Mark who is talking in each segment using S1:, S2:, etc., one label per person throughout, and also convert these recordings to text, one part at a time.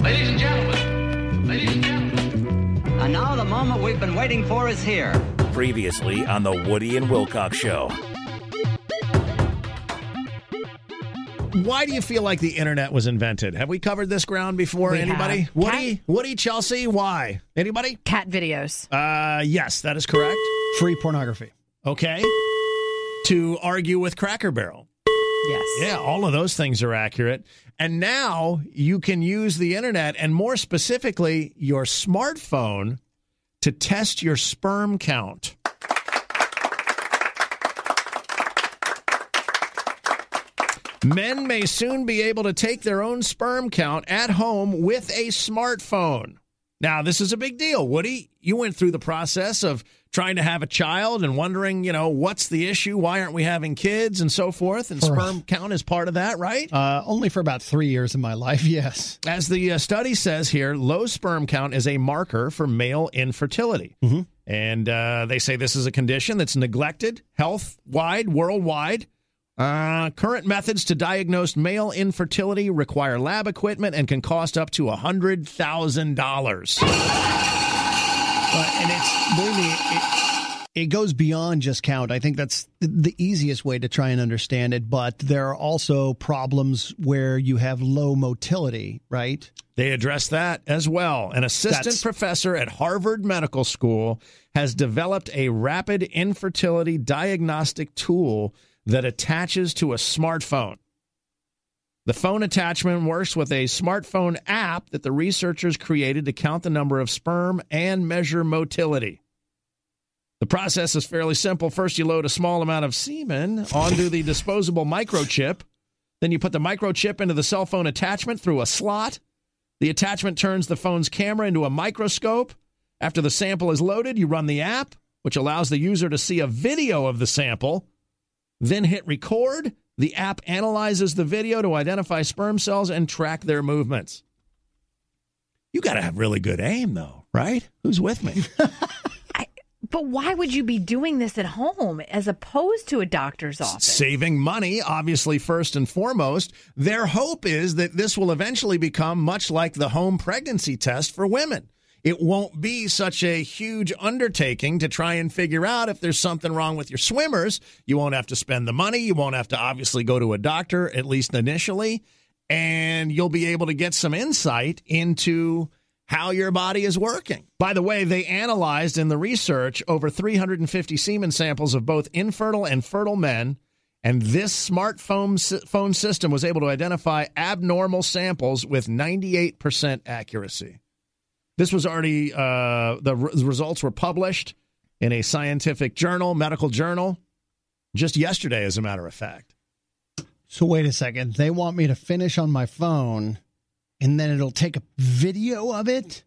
S1: Ladies and gentlemen, ladies and gentlemen.
S2: And now the moment we've been waiting for is here.
S3: Previously on the Woody and Wilcox Show.
S4: Why do you feel like the internet was invented? Have we covered this ground before?
S5: We
S4: Anybody?
S5: have.
S4: Woody, Woody, Chelsea. Why? Anybody?
S5: Cat videos.
S4: Uh, yes, that is correct.
S6: Free pornography.
S4: Okay. To argue with Cracker Barrel.
S5: Yes.
S4: Yeah, all of those things are accurate. And now you can use the internet and more specifically your smartphone to test your sperm count. Men may soon be able to take their own sperm count at home with a smartphone. Now, this is a big deal. Woody, you went through the process of trying to have a child and wondering, you know, what's the issue? Why aren't we having kids and so forth? And
S6: For-
S4: sperm count is part of that, right?
S6: Uh, only for about three years of my life, yes.
S4: As the uh, study says here, low sperm count is a marker for male infertility.
S6: Mhm.
S4: And uh, they say this is a condition that's neglected health wide, worldwide. Uh, current methods to diagnose male infertility require lab equipment and can cost up to $100,000.
S6: But, and it's, believe me, it, it goes beyond just count. I think that's th- the easiest way to try and understand it. But there are also problems where you have low motility, right?
S4: They address that as well. An assistant
S6: That's-
S4: professor at Harvard Medical School has developed a rapid infertility diagnostic tool that attaches to a smartphone. The phone attachment works with a smartphone app that the researchers created to count the number of sperm and measure motility. The process is fairly simple. First, you load a small amount of semen onto the disposable microchip. Then you put the microchip into the cell phone attachment through a slot. The attachment turns the phone's camera into a microscope. After the sample is loaded, you run the app, which allows the user to see a video of the sample. Then hit record. The app analyzes the video to identify sperm cells and track their movements. You got to have really good aim, though, right? Who's with me?
S5: But why would you be doing this at home as opposed to a doctor's office?
S4: Saving money, obviously, first and foremost. Their hope is that this will eventually become much like the home pregnancy test for women. It won't be such a huge undertaking to try and figure out if there's something wrong with your swimmers. You won't have to spend the money. You won't have to obviously go to a doctor, at least initially. And you'll be able to get some insight into how your body is working. By the way, they analyzed in the research over 350 semen samples of both infertile and fertile men, and this smartphone s- phone system was able to identify abnormal samples with 98% accuracy. This was already uh, the re- results were published in a scientific journal, medical journal, just yesterday, as a matter of fact.
S6: So wait a second. They want me to finish on my phone, and then it'll take a video of it.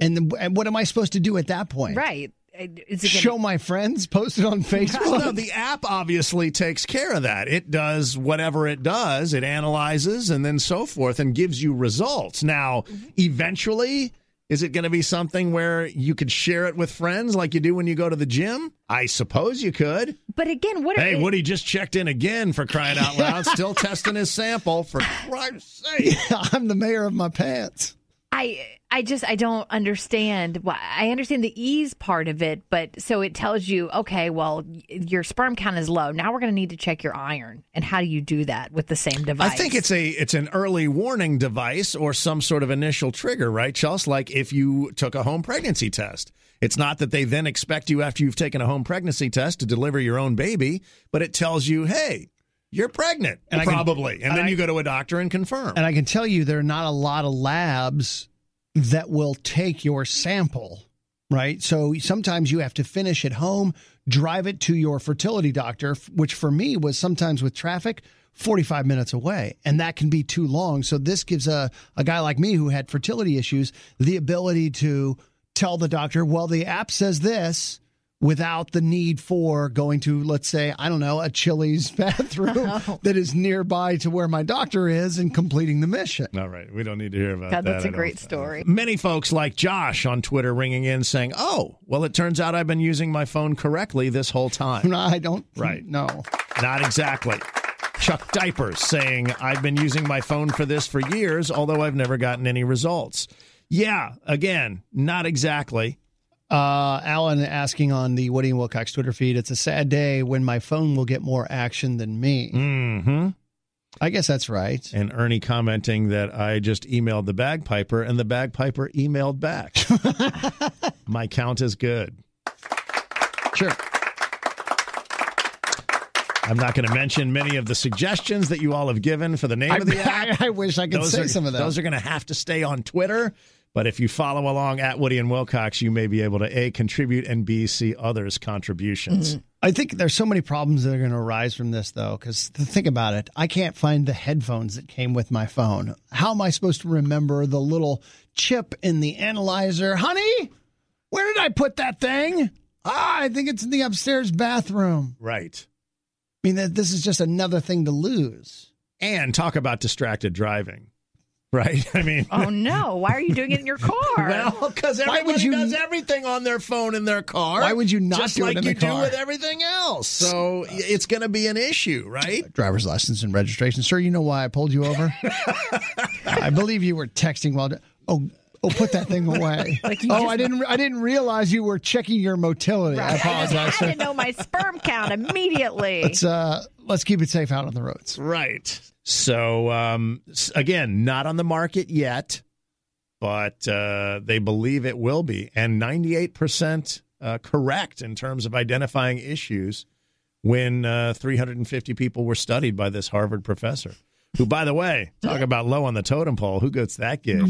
S6: And, then, and what am I supposed to do at that point?
S5: Right. Is it gonna-
S6: Show my friends, post it on Facebook.
S4: No, the app obviously takes care of that. It does whatever it does, it analyzes and then so forth and gives you results. Now,
S5: Mm-hmm.
S4: eventually, is it going to be something where you could share it with friends like you do when you go to the gym? I suppose you could.
S5: But again, what?
S4: Hey,
S5: are,
S4: Woody just checked in again for crying out loud, still testing his sample for Christ's sake.
S6: I'm the mayor of my pants.
S5: I I just I don't understand. Why I understand the ease part of it, but so it tells you, okay, well, y- your sperm count is low. Now we're going to need to check your iron. And how do you do that with the same device?
S4: I think it's a it's an early warning device or some sort of initial trigger, right, Chelsea? Like if you took a home pregnancy test. It's not that they then expect you after you've taken a home pregnancy test to deliver your own baby, but it tells you, hey, you're pregnant,
S6: And I can-
S4: probably. and
S6: and
S4: then
S6: I-
S4: you go to a doctor and confirm.
S6: And I can tell you there are not a lot of labs that will take your sample, right? So sometimes you have to finish at home, drive it to your fertility doctor, f- which for me was sometimes with traffic 45 minutes away. And that can be too long. So this gives a, a guy like me who had fertility issues the ability to tell the doctor, well, the app says this without the need for going to, let's say, I don't know, a Chili's bathroom that is nearby to where my doctor is and completing the mission.
S4: All right, we don't need to hear about
S5: God,
S4: that.
S5: that's a
S4: I don't-
S5: great story.
S4: Many folks like Josh on Twitter ringing in saying, "Oh, well, it turns out I've been using my phone correctly this whole time."
S6: No, I don't.
S4: Right.
S6: No.
S4: Not exactly. Chuck Diapers saying, I've been using my phone for this for years, although I've never gotten any results. Yeah, again, not exactly.
S6: Uh, Alan asking on the Woody and Wilcox Twitter feed, it's a sad day when my phone will get more action than me.
S4: hmm
S6: I guess that's right.
S4: And Ernie commenting that I just emailed the bagpiper and the bagpiper emailed back. my count is good.
S6: Sure.
S4: I'm not going to mention many of the suggestions that you all have given for the name
S6: I,
S4: of the app.
S6: I, I wish I could say
S4: are,
S6: some of
S4: Those
S6: those.
S4: are going to have to stay on Twitter. But if you follow along at Woody and Wilcox, you may be able to A, contribute, and B, see others' contributions.
S6: Mm-hmm. I think there's so many problems that are going to arise from this, though, because think about it. I can't find the headphones that came with my phone. How am I supposed to remember the little chip in the analyzer? Honey, where did I put that thing? Ah, I think it's in the upstairs bathroom.
S4: Right.
S6: I mean, that this is just another thing to lose.
S4: And talk about distracted driving, right? I mean,
S5: Oh no! Why are you doing it in your car?
S4: well, because
S6: Why
S4: everybody
S6: would you-
S4: does everything on their phone in their car.
S6: Why would you not
S4: Just
S6: do it
S4: like
S6: in
S4: you
S6: the car?
S4: do with everything else. Uh, So it's going to be an issue, right?
S6: driver's license and registration. Sir, you know why I pulled you over? I believe you were texting while. Oh, oh, put that thing away.
S5: you
S6: oh,
S5: just-
S6: I didn't. I didn't realize you were checking your motility. I
S5: I
S6: apologize,
S5: had to
S6: sir.
S5: know my sperm count immediately.
S6: Let's uh, let's keep it safe out on the roads.
S4: Right. So um, s- again, not on the market yet, but uh, they believe it will be, and 98% uh, correct in terms of identifying issues when uh, 350 people were studied by this Harvard professor. Who, by the way, talk about low on the totem pole. Who gets that gig?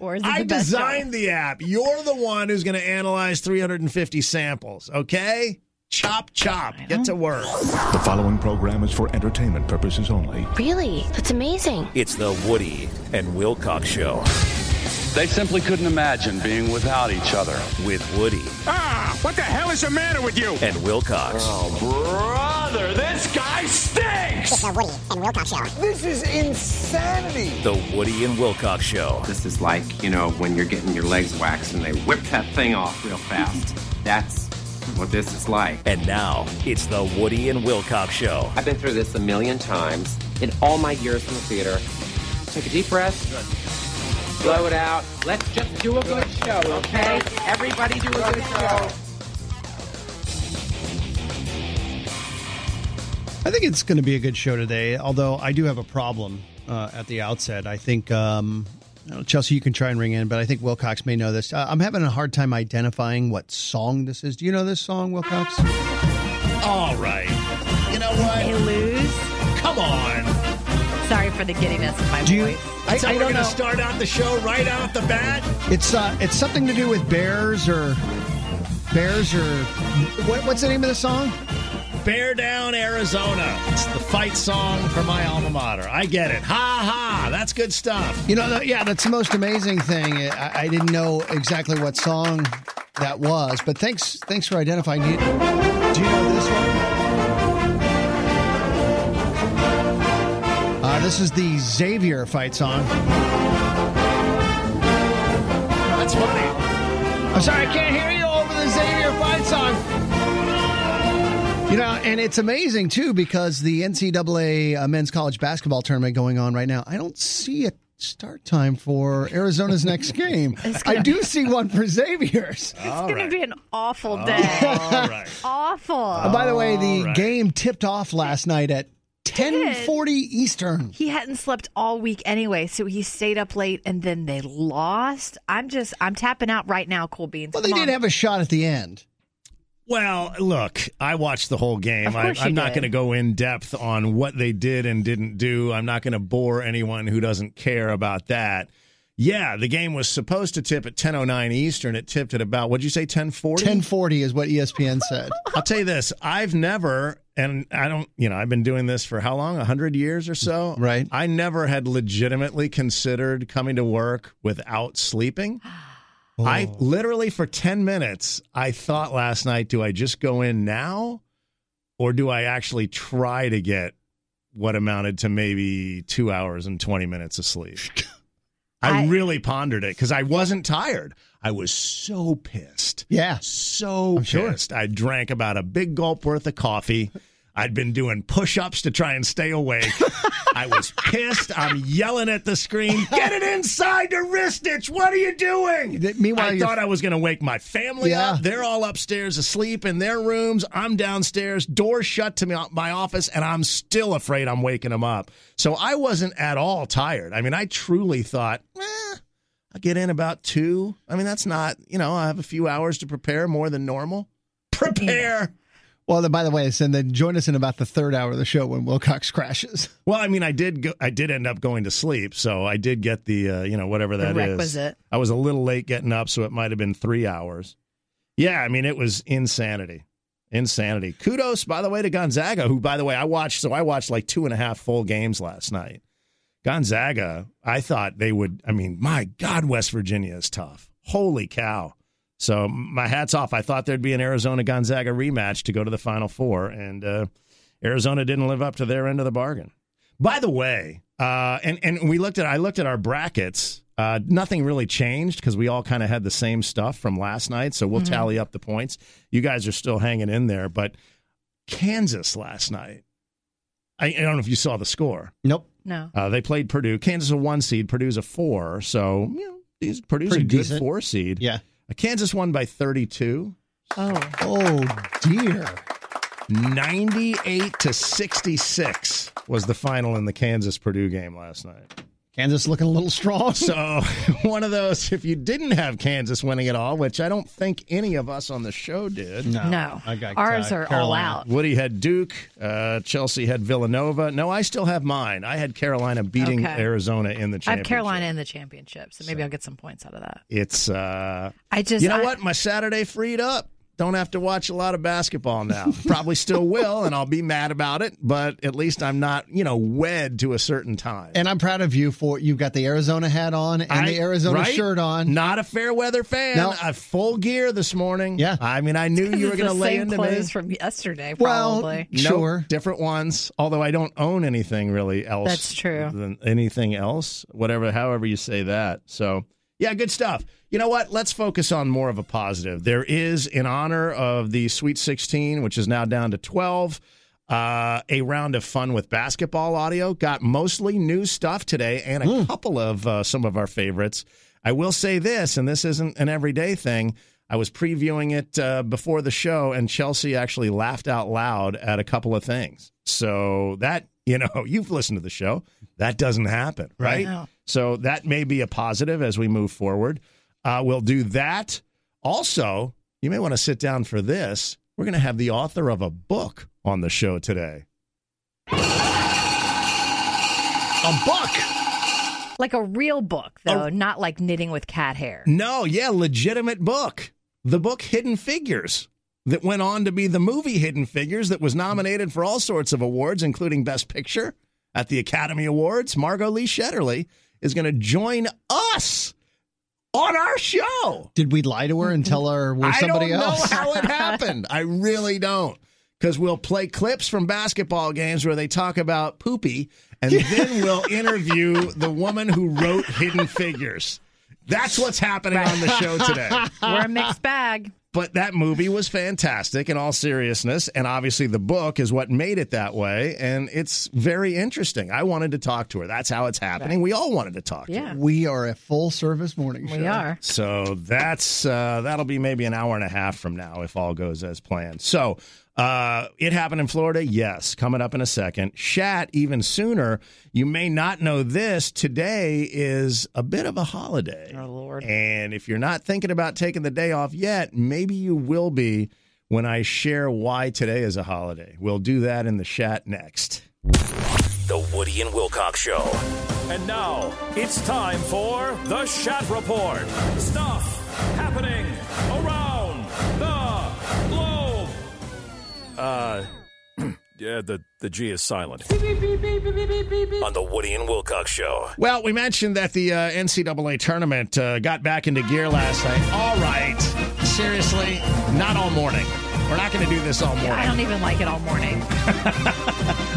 S5: Or is it
S4: I
S5: the best
S4: designed the app. You're the one who's going to analyze 350 samples. Okay, chop chop. Get to work.
S7: The following program is for entertainment purposes only.
S8: Really? That's amazing.
S3: It's the Woody and Wilcox Show
S1: They simply couldn't imagine being without each other.
S3: with Woody
S7: Ah, what the hell is the matter with you?
S3: and Wilcox.
S9: Oh,
S1: Brother, this guy stinks!
S9: This is insanity.
S3: The Woody and Wilcox Show.
S9: This is like, you know, when you're getting your legs waxed and they whip that thing off real fast. That's what this is like.
S3: And now it's the Woody and Wilcox Show.
S9: I've been through this a million times in all my years in the theater. Take a deep breath. Blow it out. Let's just do a good show, okay? Everybody do a good show.
S6: I think it's going to be a good show today. Although I do have a problem uh, at the outset. I think um, I don't know, Chelsea, you can try and ring in, but I think Wilcox may know this. Uh, I'm having a hard time identifying what song this is. Do you know this song, Wilcox?
S4: All right. You know what?
S5: They lose.
S4: Come on.
S5: Sorry for the giddiness of my
S6: Do you?
S5: voice.
S6: I,
S4: So
S6: I
S4: we're
S6: don't
S4: going to
S6: know.
S4: start out the show right out the bat?
S6: It's uh, it's something to do with bears or bears or what, what's the name of the song?
S4: Bear Down, Arizona. It's the fight song for my alma mater. I get it. Ha ha. That's good stuff.
S6: You know, that- yeah, that's the most amazing thing. I, I didn't know exactly what song that was, but thanks thanks for identifying it. Do you know this one? Uh, this is the Xavier fight song.
S4: That's funny.
S6: I'm sorry, I can't hear you over the Xavier Fight song. You know, and it's amazing too because the NCAA uh, men's college basketball tournament going on right now. I don't see a start time for Arizona's next game. I do see one for Xavier's.
S5: It's going to be an awful day.
S4: All right.
S5: awful.
S6: Uh, By the way, the
S4: Alright.
S6: game tipped off last night at 10:40 Eastern.
S5: he hadn't slept all week anyway, so he stayed up late and then they lost. I'm just, I'm tapping out right now, Cool Beans.
S6: Well, they
S5: Come on.
S6: did have a shot at the end.
S4: Well, look, I watched the whole game.
S5: Of
S4: I,
S5: course you
S4: I'm not
S5: did.
S4: going to go in depth on what they did and didn't do. I'm not going to bore anyone who doesn't care about that. Yeah, the game was supposed to tip at 10:09 Eastern. It tipped at about what'd you say 10:40?
S6: E 10:40 is what ESPN said.
S4: I'll tell you this: I've never, and I don't, you know, I've been doing this for how long? 100 years or so?
S6: Right.
S4: I never had legitimately considered coming to work without sleeping. I
S6: Oh.
S4: literally for 10 minutes, I thought last night, do I just go in now or do I actually try to get what amounted to maybe two hours and 20 minutes of sleep? I,
S5: I-
S4: really pondered it because I wasn't tired. I was so pissed.
S6: Yeah.
S4: So
S6: I'm sure.
S4: pissed. I drank about a big gulp worth of coffee. I'd been doing push ups to try and stay awake. I was pissed. I'm yelling at the screen, get it inside to wrist itch. What are you doing?
S6: That- meanwhile,
S4: I
S6: you're-
S4: thought I was going to wake my family
S6: Yeah.
S4: up. They're all upstairs asleep in their rooms. I'm downstairs, doors shut to me, my office, and I'm still afraid I'm waking them up. So I wasn't at all tired. I mean, I truly thought, eh, I'll get in about two. I mean, that's not, you know, I have a few hours to prepare more than normal. Prepare.
S6: Well, then, by the way, and then join us in about the third hour of the show when Wilcox crashes.
S4: Well, I mean, I did go, I did end up going to sleep, so I did get the uh, you know whatever that is.
S5: requisite.
S4: I was a little late getting up, so it might have been three hours. Yeah, I mean, it was insanity, insanity. Kudos, by the way, to Gonzaga, who, by the way, I watched. So I watched like two and a half full games last night. Gonzaga, I thought they would. I mean, my God, West Virginia is tough. Holy cow! So my hats off. I thought there'd be an Arizona Gonzaga rematch to go to the Final Four, and uh, Arizona didn't live up to their end of the bargain. By the way, uh, and and we looked at I looked at our brackets. Uh, nothing really changed because we all kind of had the same stuff from last night. So
S6: Mm-hmm.
S4: we'll tally up the points. You guys are still hanging in there, but Kansas last night. I, I don't know if you saw the score.
S6: Nope.
S5: No.
S4: Uh, they played Purdue. Kansas is a one seed. Purdue's a four. So you know, these- Purdue's
S6: Pretty
S4: a good
S6: decent.
S4: four seed.
S6: Yeah.
S4: Uh, Kansas won by 32,
S5: Oh.
S6: Oh dear.
S4: 98 to 66 was the final in the Kansas Purdue game last night.
S6: Kansas looking a little strong.
S4: So one of those, if you didn't have Kansas winning at all, which I don't think any of us on the show did.
S5: No.
S6: I got,
S5: Ours
S6: uh,
S5: are
S6: Carolina.
S5: all out.
S4: Woody had Duke. Uh, Chelsea had Villanova. No, I still have mine. I had Carolina beating
S5: Okay.
S4: Arizona in the championship.
S5: I have Carolina in the championship, so maybe I'll get some points out of that.
S4: It's uh,
S5: I just
S4: you know
S5: I-
S4: what? My Saturday freed up. Don't have to watch a lot of basketball now. Probably still will, and I'll be mad about it. But at least I'm not, you know, wed to a certain time.
S6: And I'm proud of you for you've got the Arizona hat on and the
S4: I-
S6: Arizona
S4: right?
S6: shirt on.
S4: Not a fair weather fan.
S6: No.
S4: I full gear this morning.
S6: Yeah.
S4: I mean, I knew you were
S5: It's
S4: going
S5: the
S4: to lay
S5: same
S4: into
S5: clothes
S4: me.
S5: from yesterday,
S6: Well,
S5: probably.
S4: Nope,
S6: Sure.
S4: different ones. Although I don't own anything really else.
S5: That's true.
S4: Than anything else, whatever, however you say that. So yeah, good stuff. You know what? Let's focus on more of a positive. There is, in honor of the Sweet 16, which is now down to 12, uh, a round of fun with basketball audio. Got mostly new stuff today and a couple of uh, some of our favorites. I will say this, and this isn't an everyday thing. I was previewing it uh, before the show, and Chelsea actually laughed out loud at a couple of things. So that you know, you've listened to the show. That doesn't happen, right?
S5: No.
S4: So that may be a positive as we move forward. Uh, we'll do that. Also, you may want to sit down for this. We're going to have the author of a book on the show today.
S6: A buck.
S5: Like a real book, though,
S6: Oh.
S5: not like knitting with cat hair.
S4: No, yeah, legitimate book. The book Hidden Figures that went on to be the movie Hidden Figures that was nominated for all sorts of awards, including Best Picture at the Academy Awards. Margot Lee Shetterly is going to join us on our show.
S6: Did we lie to her and tell her we're
S4: I
S6: somebody
S4: don't know
S6: else?
S4: how it happened. I really don't. Because we'll play clips from basketball games where they talk about poopy, and then we'll interview the woman who wrote Hidden Figures. That's what's happening on the show today.
S5: We're a mixed bag.
S4: But that movie was fantastic in all seriousness. And obviously, the book is what made it that way. And it's very interesting. I wanted to talk to her. That's how it's happening. We all wanted to talk to her.
S5: Yeah,
S6: We are a full service morning show.
S5: we are.
S4: So that's uh, that'll be maybe an hour and a half from now if all goes as planned. So uh, it happened in Florida, yes. Coming up in a second, Shat even sooner. You may not know this. Today is a bit of a holiday.
S5: Oh, Lord.
S4: And if you're not thinking about taking the day off yet, maybe you will be when I share why today is a holiday. We'll do that in the Shat next.
S3: The Woody and Wilcox Show. And now it's time for the Shat Report. Stuff happening around the globe. Uh, yeah, the the G is silent. On the Woody and Wilcox Show.
S4: Well, we mentioned that the uh, NCAA tournament uh, got back into gear last night. All right. Seriously, not all morning. We're not going to do this all morning.
S5: I don't even like it all morning.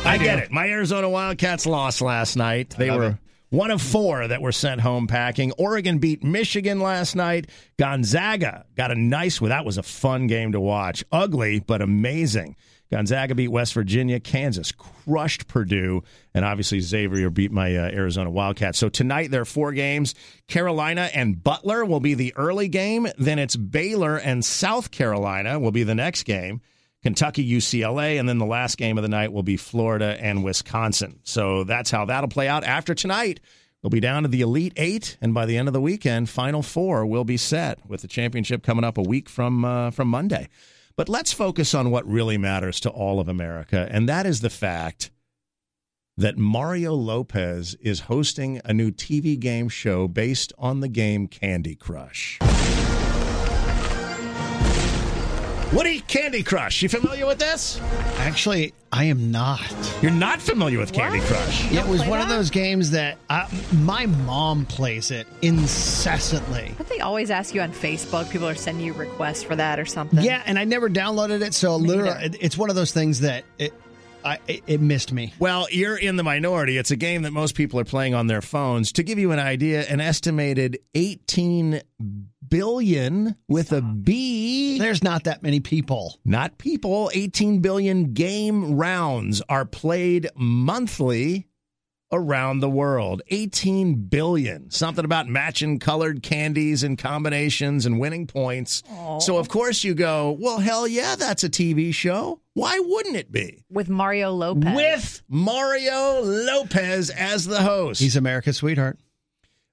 S4: I, get it. My Arizona Wildcats lost last night. They were one of four that were sent home packing. Oregon beat Michigan last night. Gonzaga got a nice one. That was a fun game to watch. Ugly, but amazing. Gonzaga beat West Virginia. Kansas crushed Purdue. And obviously, Xavier beat my uh, Arizona Wildcats. So tonight, there are four games. Carolina and Butler will be the early game. Then it's Baylor and South Carolina will be the next game. Kentucky, UCLA, and then the last game of the night will be Florida and Wisconsin. So that's how that'll play out. After tonight, we'll be down to the Elite Eight, and by the end of the weekend, Final Four will be set with the championship coming up a week from uh, from Monday. But let's focus on what really matters to all of America, and that is the fact that Mario Lopez is hosting a new TV game show based on the game Candy Crush. Woody Candy Crush. You familiar with this?
S6: Actually, I am not.
S4: You're not familiar with Candy Crush.
S6: Yeah, it was one of those games that I, my mom plays it incessantly.
S5: Don't they always ask you on Facebook? People are sending you requests for that or something.
S6: Yeah, and I never downloaded it, so literally, it- it's one of those things that it, I, it, it missed me.
S4: Well, you're in the minority. It's a game that most people are playing on their phones. To give you an idea, an estimated 18 billion with a B.
S6: There's not that many people.
S4: not people, 18 billion game rounds are played monthly around the world. 18 billion. Something about matching colored candies and combinations and winning points. So, of course, you go, well, hell yeah, that's a TV show. Why wouldn't it be?
S5: With Mario Lopez.
S4: With Mario Lopez as the host.
S6: He's America's sweetheart.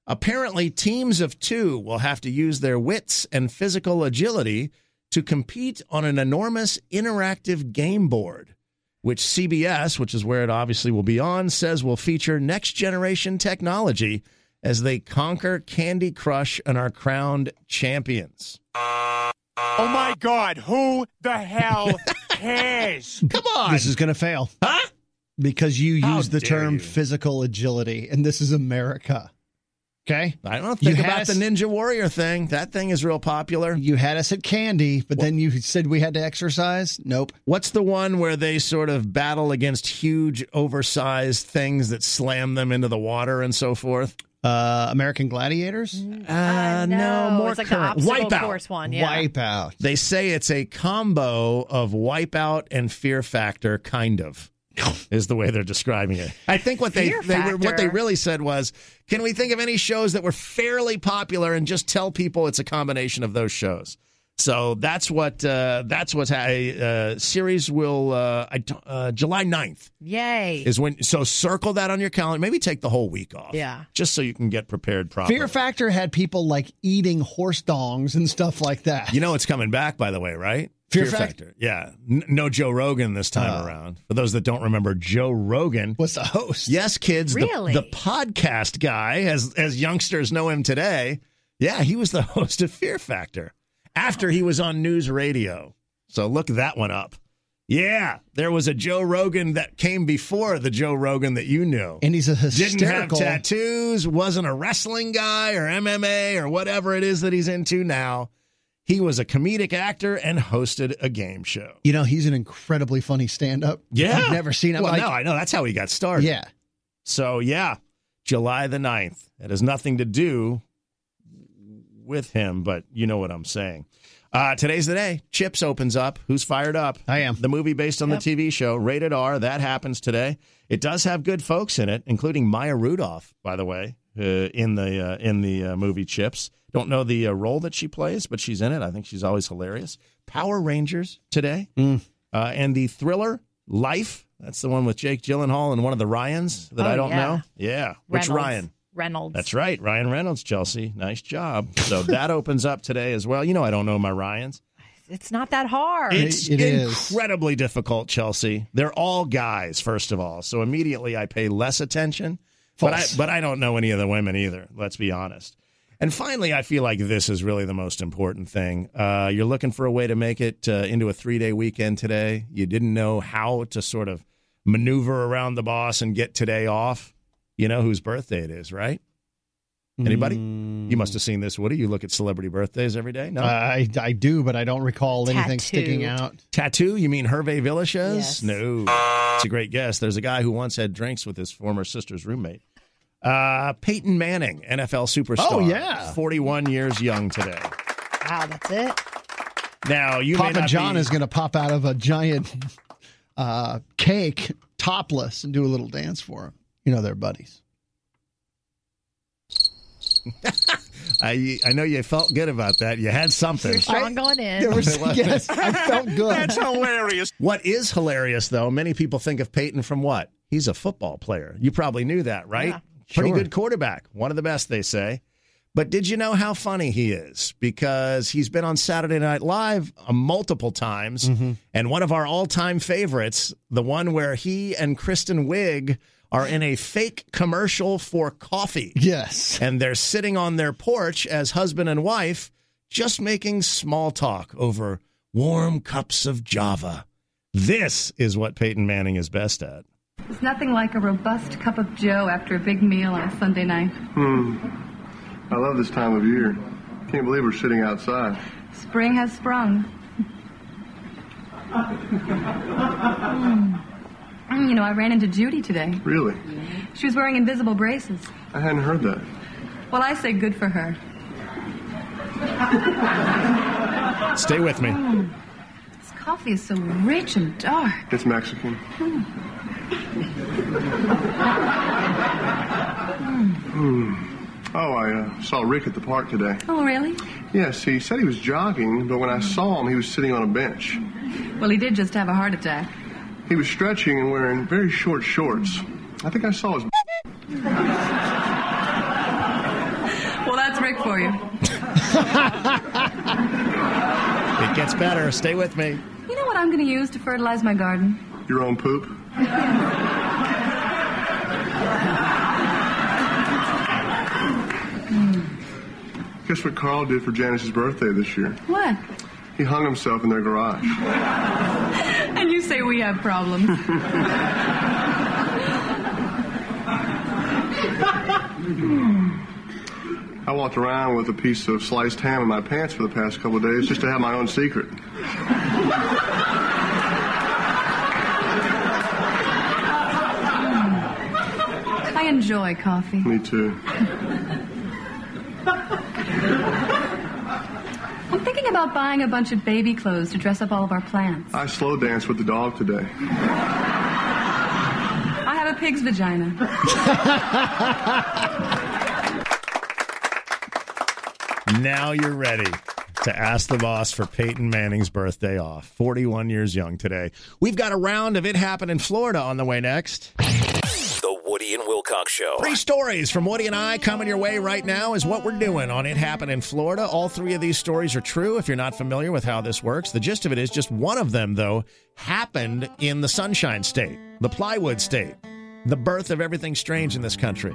S4: Apparently, teams of two will have to use their wits and physical agility to compete on an enormous interactive game board, which CBS, which is where it obviously will be on, says will feature next generation technology as they conquer Candy Crush and are crowned champions.
S8: Oh my God, who the hell cares?
S4: Come on.
S6: This is going to fail.
S4: Huh?
S6: Because you
S4: How
S6: use the
S4: dare
S6: term
S4: you.
S6: physical agility, and this is America. Okay?
S4: I don't
S6: You
S4: think
S6: had
S4: about
S6: us-
S4: the Ninja Warrior thing. That thing is real popular.
S6: You had us at candy, but then you said we had to exercise? Nope.
S4: What's the one where they sort of battle against huge, oversized things that slam them into the water and so forth?
S6: Uh, American Gladiators?
S10: Mm.
S4: Uh, no, more
S5: Oh, it's like
S4: current.
S5: the obstacle
S4: Wipeout.
S5: course one. Yeah.
S6: Wipeout.
S4: They say it's a combo of Wipeout and Fear Factor, kind of. Is the way they're describing it. I think what they,
S5: Fear
S4: they were, what
S5: Factor.
S4: they really said was, can we think of any shows that were fairly popular and just tell people it's a combination of those shows? So that's what uh, that's what a uh, series will uh, I don't- uh, July 9th
S5: Yay.
S4: is when. So circle that on your calendar. Maybe take the whole week off.
S5: Yeah.
S4: just so you can get prepared properly.
S6: Fear Factor had people like eating horse dongs and stuff like that.
S4: You know it's coming back, by the way, right?
S6: Fear Factor?
S4: Yeah. N- no Joe Rogan this time
S6: Oh.
S4: around. For those that don't remember, Joe Rogan.
S6: was the host.
S4: Yes, kids. the-
S5: Really?
S4: The, podcast guy, as as youngsters know him today. Yeah, he was the host of Fear Factor after he was on news radio. So look that one up. Yeah, there was a Joe Rogan that came before the Joe Rogan that you knew
S6: And he's a
S4: didn't have
S6: hysterical.
S4: tattoos, wasn't a wrestling guy or MMA or whatever it is that he's into now. He was a comedic actor and hosted a game show.
S6: you know, he's an incredibly funny stand up. I've never seen him.
S4: Well,
S6: like,
S4: no, I know that's how he got started.
S6: yeah.
S4: So yeah, July the 9th. That has nothing to do with him, but you know what I'm saying. Uh, today's the day. Chips opens up. Who's fired up?
S6: I am.
S4: The movie based on the TV show, rated R. That happens today. It does have good folks in it, including Maya Rudolph, by the way, uh, in the uh, in the uh, movie Chips. Don't know the uh, role that she plays, but she's in it. I think she's always hilarious. Power Rangers today,
S6: Mm.
S4: uh, and the thriller Life. That's the one with Jake Gyllenhaal and one of the Ryans that
S5: Oh,
S4: I don't
S5: yeah.
S4: know. Yeah, which
S5: Reynolds.
S4: Ryan?
S5: Reynolds.
S4: That's right, Ryan Reynolds. Chelsea, nice job. So that opens up today as well. You know, I don't know my Ryans.
S5: It's not that hard.
S4: It's
S6: It- it is.
S4: incredibly difficult, Chelsea. They're all guys, first of all. So immediately I pay less attention. But I
S6: False.
S4: but I don't know any of the women either, let's be honest. And finally, I feel like this is really the most important thing. Uh, you're looking for a way to make it uh, into a three day weekend today. You didn't know how to sort of maneuver around the boss and get today off. You know whose birthday it is, right? Anybody? You
S6: Mm.
S4: must have seen this, Woody. You look at celebrity birthdays every day. No,
S6: I I do, but I don't recall anything sticking out.
S4: Tattoo? You mean Hervé Villechaize? No. It's a great guess. There's a guy who once had drinks with his former sister's roommate. Uh, Peyton Manning, NFL superstar.
S6: Oh, yeah.
S4: 41 years young today.
S5: Wow, that's it.
S4: Now, you may
S6: Papa
S4: not
S6: John
S4: be-
S6: is going to pop out of a giant uh, cake, topless, and do a little dance for him. You know they're buddies.
S4: I, I know you felt good about that. You had something.
S5: You're strong going in.
S6: There was,
S4: It was-
S6: yes, I felt good.
S8: That's hilarious.
S4: What is hilarious, though, many people think of Peyton from what? He's a football player. You probably knew that, right?
S5: Yeah.
S4: Pretty
S6: Sure.
S4: good quarterback. One of the best, they say. But did you know how funny he is? Because he's been on Saturday Night Live uh, multiple times.
S6: Mm-hmm.
S4: And one of our all time favorites, the one where he and Kristen Wiig are in a fake commercial for coffee.
S6: Yes.
S4: And they're sitting on their porch as husband and wife, just making small talk over warm cups of Java. This is what Peyton Manning is best at.
S11: It's nothing like a robust cup of joe after a big meal on a Sunday night.
S12: Hmm. I love this time of year. Can't believe we're sitting outside.
S11: Spring has sprung. Mm. Mm, You know, I ran into Judy today.
S12: Really?
S11: She was wearing invisible braces.
S12: I hadn't heard that.
S11: Well, I say good for her.
S4: Stay with me.
S11: Mm. This coffee is so rich and dark. Mm.
S12: It's Mexican. Hmm. Oh, I uh, saw Rick at the park today.
S11: Oh, really?
S12: Yes, he said he was jogging, but when I saw him, he was sitting on a bench.
S11: Well, he did just have a heart attack.
S12: He was stretching and wearing very short shorts. I think I saw his.
S11: Well, that's Rick for you.
S4: It gets better. Stay with me.
S11: You know what I'm going to use to fertilize my garden?
S12: Your own poop?
S11: Hmm.
S12: Guess what Carl did for Janice's birthday this year?
S11: What?
S12: He hung himself in their garage.
S11: And you say we have problems.
S12: I walked around with a piece of sliced ham in my pants for the past couple of days just to have my own secret.
S11: I enjoy coffee.
S12: Me too.
S11: I'm thinking about buying a bunch of baby clothes to dress up all of our plants.
S12: I slow danced with the dog today.
S11: I have a pig's vagina.
S4: Now you're ready to ask the boss for Peyton Manning's birthday off. 41 years young today. We've got a round of It Happened in Florida on the way next.
S3: The Woody and Wilcox Show.
S4: Three stories from Woody and I coming your way right now is what we're doing on It Happened in Florida. All three of these stories are true if you're not familiar with how this works. The gist of it is just one of them, though, happened in the Sunshine State, the Plywood State, the birth of everything strange in this country.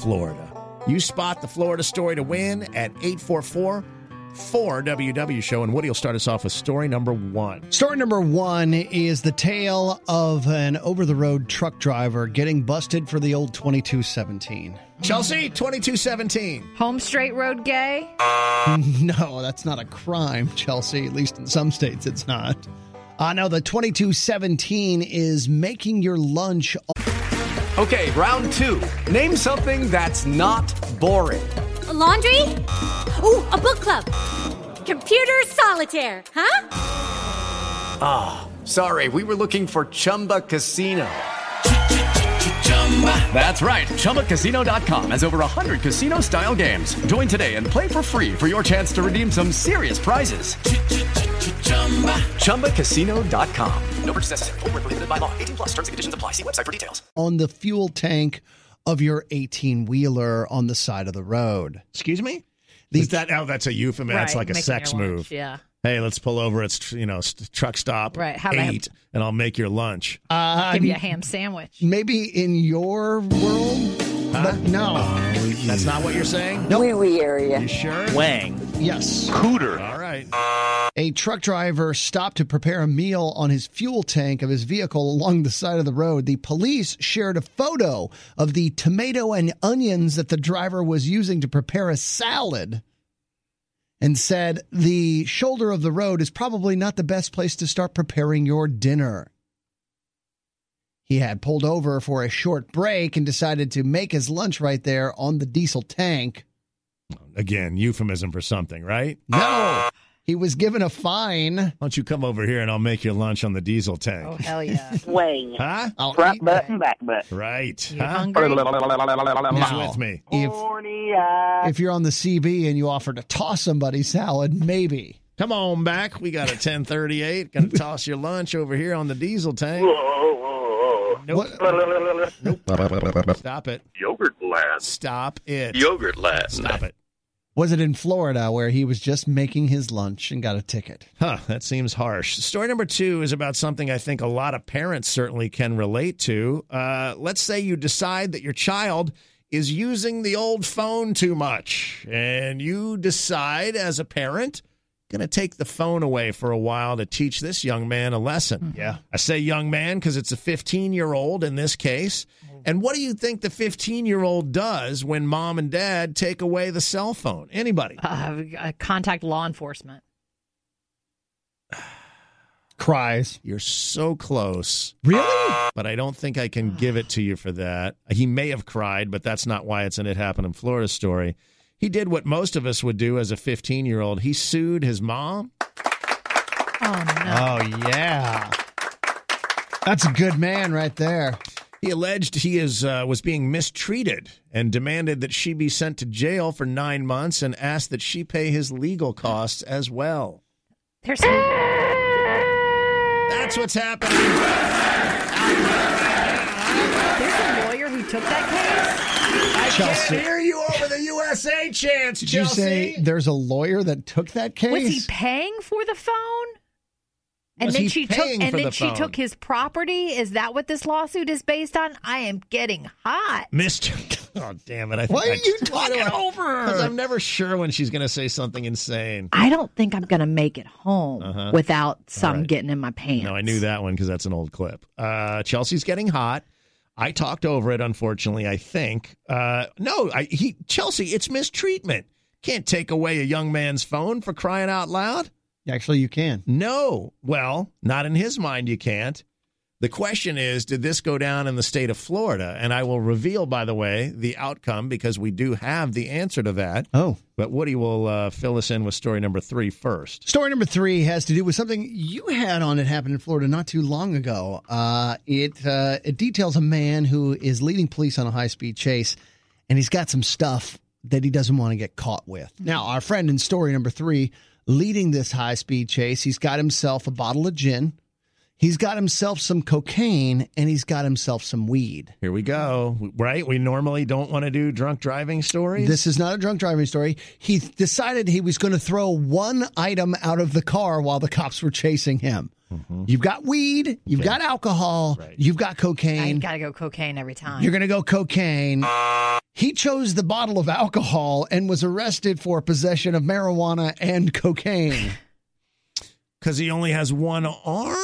S4: Florida. You spot the Florida story to win at 844 4WW Show, and Woody will start us off with story number one.
S6: Story number one is the tale of an over the road truck driver getting busted for the old 2217.
S4: Chelsea, 2217.
S5: Home straight road gay.
S6: No, that's not a crime, Chelsea. At least in some states, it's not. Uh, no, the 2217 is making your lunch.
S13: Okay, round two. Name something that's not boring.
S14: laundry? Ooh, a book club. Computer solitaire, huh?
S13: Ah, sorry, we were looking for Chumba Casino. That's right, ChumbaCasino.com has over 100 casino style games. Join today and play for free for your chance to redeem some serious prizes. ChumbaCasino.com. No purchase necessary, forward prohibited by law, 18 plus terms and conditions apply. See website for details.
S6: on the fuel tank of your 18 wheeler on the side of the road.
S4: Excuse me? Is that, oh, that's a euphemism. That's
S5: Right,
S4: like a
S5: making
S4: sex
S5: your lunch,
S4: move.
S5: Yeah.
S4: hey, let's pull over. It's tr- you know st- truck stop.
S5: Right, have a-
S4: eight, and I'll make your lunch.
S6: Uh,
S5: Give you a ham sandwich.
S6: maybe in your world,
S4: Huh?
S6: No.
S4: That's not what you're saying?
S6: Wee
S15: wee area.
S4: You sure?
S6: Wang. Yes.
S4: Cooter. All right.
S6: A truck driver stopped to prepare a meal on his fuel tank of his vehicle along the side of the road. The police shared a photo of the tomato and onions that the driver was using to prepare a salad and said the shoulder of the road is probably not the best place to start preparing your dinner. He had pulled over for a short break and decided to make his lunch right there on the diesel tank.
S4: Again, euphemism for something, right?
S6: No. He was given a fine. Why
S4: don't you come over here and I'll make your lunch on the diesel tank?
S5: Oh, hell yeah.
S15: Wang.
S4: Huh? I'll
S15: Front butt and back butt.
S4: Right.
S5: You
S4: Huh?
S5: hungry?
S4: Who's
S6: No.
S4: with me?
S15: Horny eye.
S6: If you're on the CB and you offer to toss somebody salad, maybe.
S4: Come on back. We got a 1038. Gonna toss your lunch over here on the diesel tank. Stop it.
S16: Yogurt last.
S4: Stop it.
S16: Yogurt last.
S4: Stop it.
S6: Was it in Florida where he was just making his lunch and got a ticket?
S4: Huh, that seems harsh. Story number two is about something I think a lot of parents certainly can relate to. Uh, let's say you decide that your child is using the old phone too much, and you decide as a parent, going to take the phone away for a while to teach this young man a lesson. Yeah. I say young man because it's a 15 year old in this case. And what do you think the 15 year old does when mom and dad take away the cell phone? Anybody?
S5: Uh, uh, contact law enforcement.
S6: Cries.
S4: You're so close.
S6: Really?
S4: but I don't think I can give it to you for that. He may have cried, but that's not why it's an It Happened in Florida story. He did what most of us would do as a 15 year old. He sued his mom.
S5: Oh, no.
S6: Oh, yeah. That's a good man right there.
S4: He alleged he is uh, was being mistreated and demanded that she be sent to jail for nine months and asked that she pay his legal costs as well.
S5: There's some.
S4: That's what's happening.
S5: There's a lawyer who took that
S4: I
S6: Chelsea.
S4: can't hear you over the USA chance,
S6: Did you
S4: Chelsea.
S6: say there's a lawyer that took that
S5: case. Was he
S6: case?
S5: paying for the phone? And
S4: Was
S5: then
S4: he
S5: she took
S4: paying
S5: and
S4: for
S5: then
S4: the
S5: she
S4: phone?
S5: took his property. Is that what this lawsuit is based on? I am getting hot.
S4: Mr. Oh, damn it. I think
S6: Why
S4: I-
S6: are you
S4: Why do
S6: talking
S4: I-
S6: over
S4: Because
S6: her?
S4: I'm never sure when she's going to say something insane.
S5: I don't think I'm going to make it home
S4: Uh-huh.
S5: without some
S4: right.
S5: getting in my pants.
S4: No, I knew that one because that's an old clip. Uh, Chelsea's getting hot. I talked over it, unfortunately. I think. Uh, no, I, he Chelsea. It's mistreatment. Can't take away a young man's phone for crying out loud.
S6: Actually, you can.
S4: No, well, not in his mind. You can't. The question is, did this go down in the state of Florida? And I will reveal, by the way, the outcome because we do have the answer to that.
S6: Oh.
S4: But Woody will uh, fill us in with story number three first.
S6: Story number three has to do with something you had on It Happened in Florida not too long ago. Uh, it, uh, it details a man who is leading police on a high speed chase, and he's got some stuff that he doesn't want to get caught with. Now, our friend in story number three, leading this high speed chase, he's got himself a bottle of gin, he's got himself some cocaine, and he's got himself some weed.
S4: Here we go. Oh, Right? We normally don't want to do drunk driving stories.
S6: This is not a drunk driving story. He decided he was going to throw one item out of the car while the cops were chasing him.
S4: Mm-hmm.
S6: You've got weed, you've got alcohol, you've got
S5: I
S6: cocaine.
S5: got to go cocaine every time.
S6: You're going to go cocaine. He chose the bottle of alcohol and was arrested for possession of marijuana and cocaine.
S4: Because he only has one arm?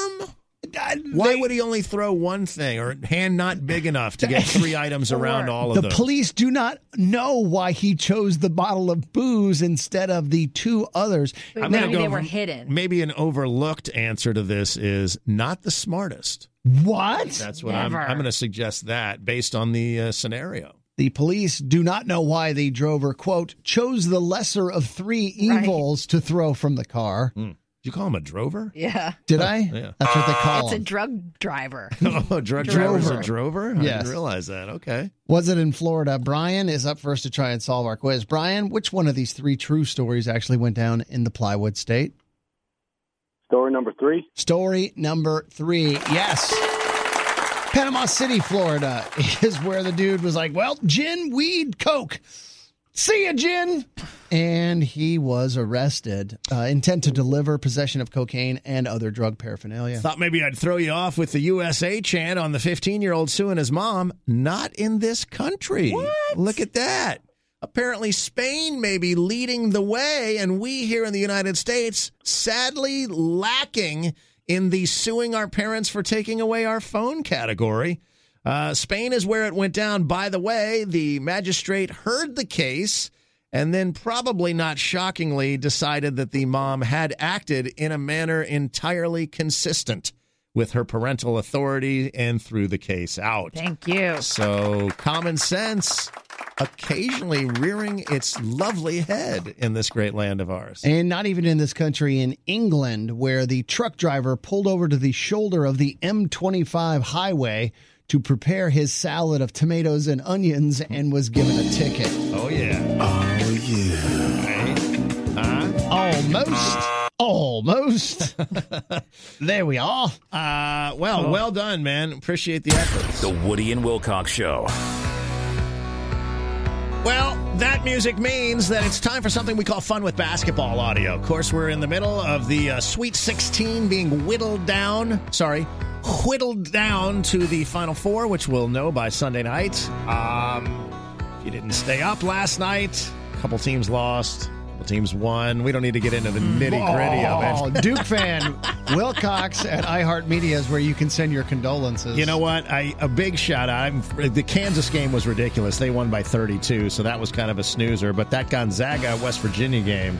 S4: Why would he only throw one thing or hand not big enough to get three items around all
S6: the
S4: of them?
S6: police do not know why he chose the bottle of booze instead of the two others.
S4: I'm gonna
S5: maybe
S4: go
S5: they were
S4: from-
S5: hidden.
S4: Maybe an overlooked answer to this is not the smartest.
S6: What?
S4: That's what I'm,
S5: Never.
S4: I'm going to suggest that based on the uh, scenario.
S6: The police do not know why the drover, quote, chose the lesser of three
S5: Right.
S6: evils to throw from the car.
S4: Hmm. Did you call him a drover?
S5: Yeah.
S6: Did I?
S4: Yeah.
S6: That's what they call
S5: It's a
S6: him.
S5: drug driver.
S4: oh, drug driver's a
S6: Drover.
S4: drover? I
S6: Yes.
S4: didn't realize that. Okay.
S6: Was it in Florida? Brian is up first to try and solve our quiz. Brian, which one of these three true stories actually went down in the plywood state?
S17: Story number three.
S6: Story number three. Yes. Panama City, Florida is where the dude was like, well, gin, weed, coke. See ya, Jin. And he was arrested. Uh, intent to deliver, possession of cocaine, and other drug paraphernalia.
S4: Thought maybe I'd throw you off with the USA chant on the 15 year old suing his mom. Not in this country. Look at that. Apparently, Spain may be leading the way, and we here in the United States, sadly lacking in the suing our parents for taking away our phone category. Uh, Spain is where it went down. By the way, the magistrate heard the case and then, probably not shockingly, decided that the mom had acted in a manner entirely consistent with her parental authority and threw the case out.
S5: Thank you.
S4: So, common sense occasionally rearing its lovely head in this great land of ours.
S6: And not even in this country, in England, where the truck driver pulled over to the shoulder of the M25 highway to prepare his salad of tomatoes and onions and was given a ticket.
S4: Oh, yeah.
S7: Oh, yeah.
S6: Almost. Almost. there we are.
S4: Uh, well, well done, man. Appreciate the efforts.
S3: The Woody and Wilcox Show.
S4: Well, that music means that it's time for something we call fun with basketball audio. Of course, we're in the middle of the uh, Sweet 16 being whittled down, sorry, whittled down to the Final Four, which we'll know by Sunday night. Um, if you didn't stay up last night, a couple teams lost, a couple teams won. We don't need to get into the nitty gritty of it.
S6: Oh, Duke fan Wilcox at iHeartMedia is where you can send your condolences.
S4: You know what? I a big shout out. I'm, the Kansas game was ridiculous. They won by 32, so that was kind of a snoozer. But that Gonzaga West Virginia game,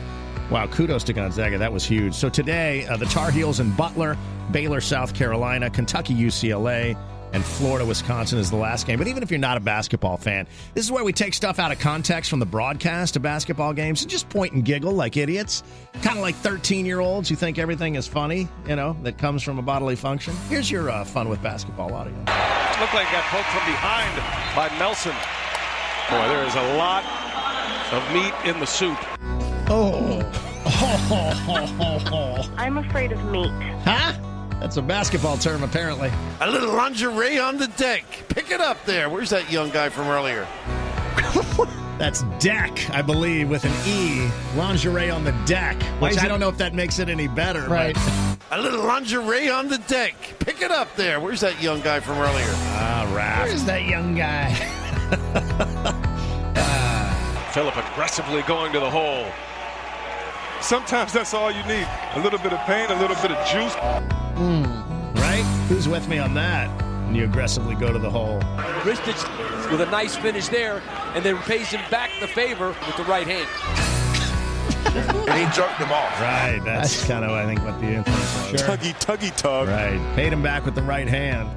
S4: wow! Kudos to Gonzaga. That was huge. So today, uh, the Tar Heels and Butler, Baylor, South Carolina, Kentucky, UCLA. And Florida, Wisconsin is the last game. But even if you're not a basketball fan, this is where we take stuff out of context from the broadcast of basketball games and just point and giggle like idiots. Kind of like 13 year olds who think everything is funny, you know, that comes from a bodily function. Here's your uh, fun with basketball audio.
S16: Looked like it got poked from behind by Melson. Boy, there is a lot of meat in the soup.
S6: Oh.
S15: I'm afraid of meat.
S4: Huh? That's a basketball term, apparently.
S10: A little lingerie on the deck. Pick it up there. Where's that young guy from earlier?
S4: That's deck, I believe, with an E. Lingerie on the deck,
S6: Why
S4: which
S6: is
S4: I
S6: it-
S4: don't know if that makes it any better. but-
S6: Right.
S10: A little lingerie on the deck. Pick it up there. Where's that young guy from earlier?
S4: Ah, Raph.
S6: Where's that young guy?
S16: Phillip aggressively going to the hole. Sometimes that's all you need. A little bit of pain, a little bit of juice.
S4: Hmm. Right? Who's with me on that? And you aggressively go to the hole.
S18: Ristich with a nice finish there, and then pays him back the favor with the right hand.
S10: And he jerked him off.
S4: Right. That's kind of, I think, what the inference was.
S16: Tuggy, tuggy, tug.
S4: Right. Paid him back with the right hand.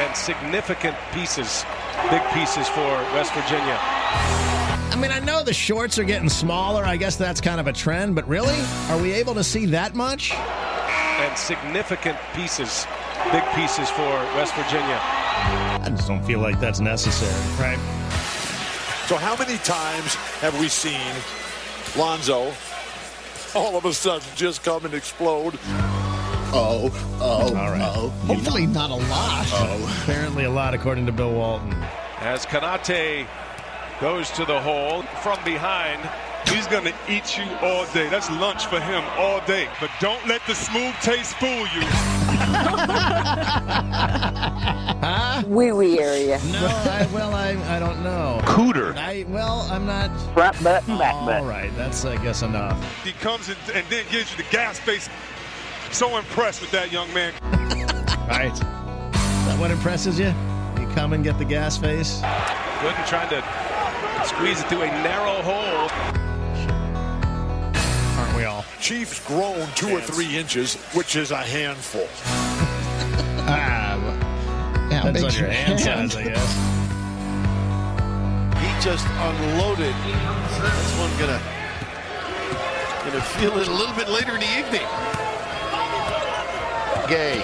S16: And significant pieces, big pieces for West Virginia.
S4: I mean, I know the shorts are getting smaller. I guess that's kind of a trend, but really? Are we able to see that much?
S16: And significant pieces, big pieces for West Virginia.
S4: I just don't feel like that's necessary. Right.
S19: So how many times have we seen Lonzo all of a sudden just come and explode? Oh,
S4: All
S19: oh,
S4: right.
S19: oh.
S6: Hopefully not a lot.
S4: Apparently a lot, according to Bill Walton.
S16: As Kanate goes to the hole from behind, he's going to eat you all day. That's lunch for him all day. But don't let the smooth taste fool you.
S15: Wee wee area.
S4: No, I, well, I, I don't know.
S10: Cooter.
S4: I, well, I'm not.
S15: Front butt and back butt.
S4: All right. That's, I guess, enough.
S16: He comes and, and then gives you the gas face. So impressed with that young man.
S4: Right. Is that what impresses you? You come and get the gas face?
S16: Good and trying to squeeze it through a narrow hole.
S4: Aren't we all?
S19: Chiefs grown two or three inches, which is a handful.
S4: Ah,
S6: Yeah,
S4: Depends
S6: big
S4: on
S6: sure-
S4: your hand size, I guess.
S10: He just unloaded. This one gonna gonna feel it a little bit later in the evening. Gay.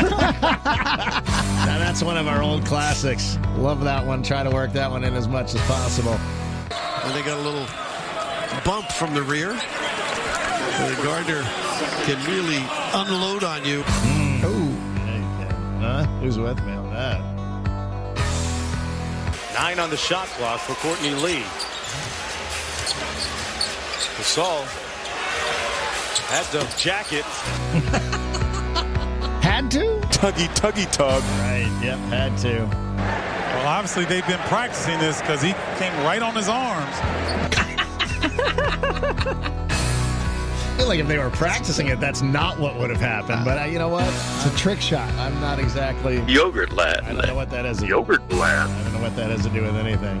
S4: Now that's one of our old classics. Love that one. Try to work that one in as much as possible.
S10: And they got a little bump from the rear. The Gardner can really unload on you.
S4: Hmm. Huh? Who's with me on that?
S10: Nine on the shot clock for Courtney Lee.
S16: Gasol had to jacket.
S4: had to?
S16: Tuggy, tuggy, tug.
S4: Right, yep, had to.
S20: Well, obviously, they've been practicing this because he came right on his arms.
S4: I feel like if they were practicing it, that's not what would have happened. But uh, you know what? It's a trick shot. I'm not exactly
S21: Yogurt lad.
S4: I don't know what that has. to do-
S21: Yogurt
S4: I
S21: lad.
S4: don't know what that has to do with anything.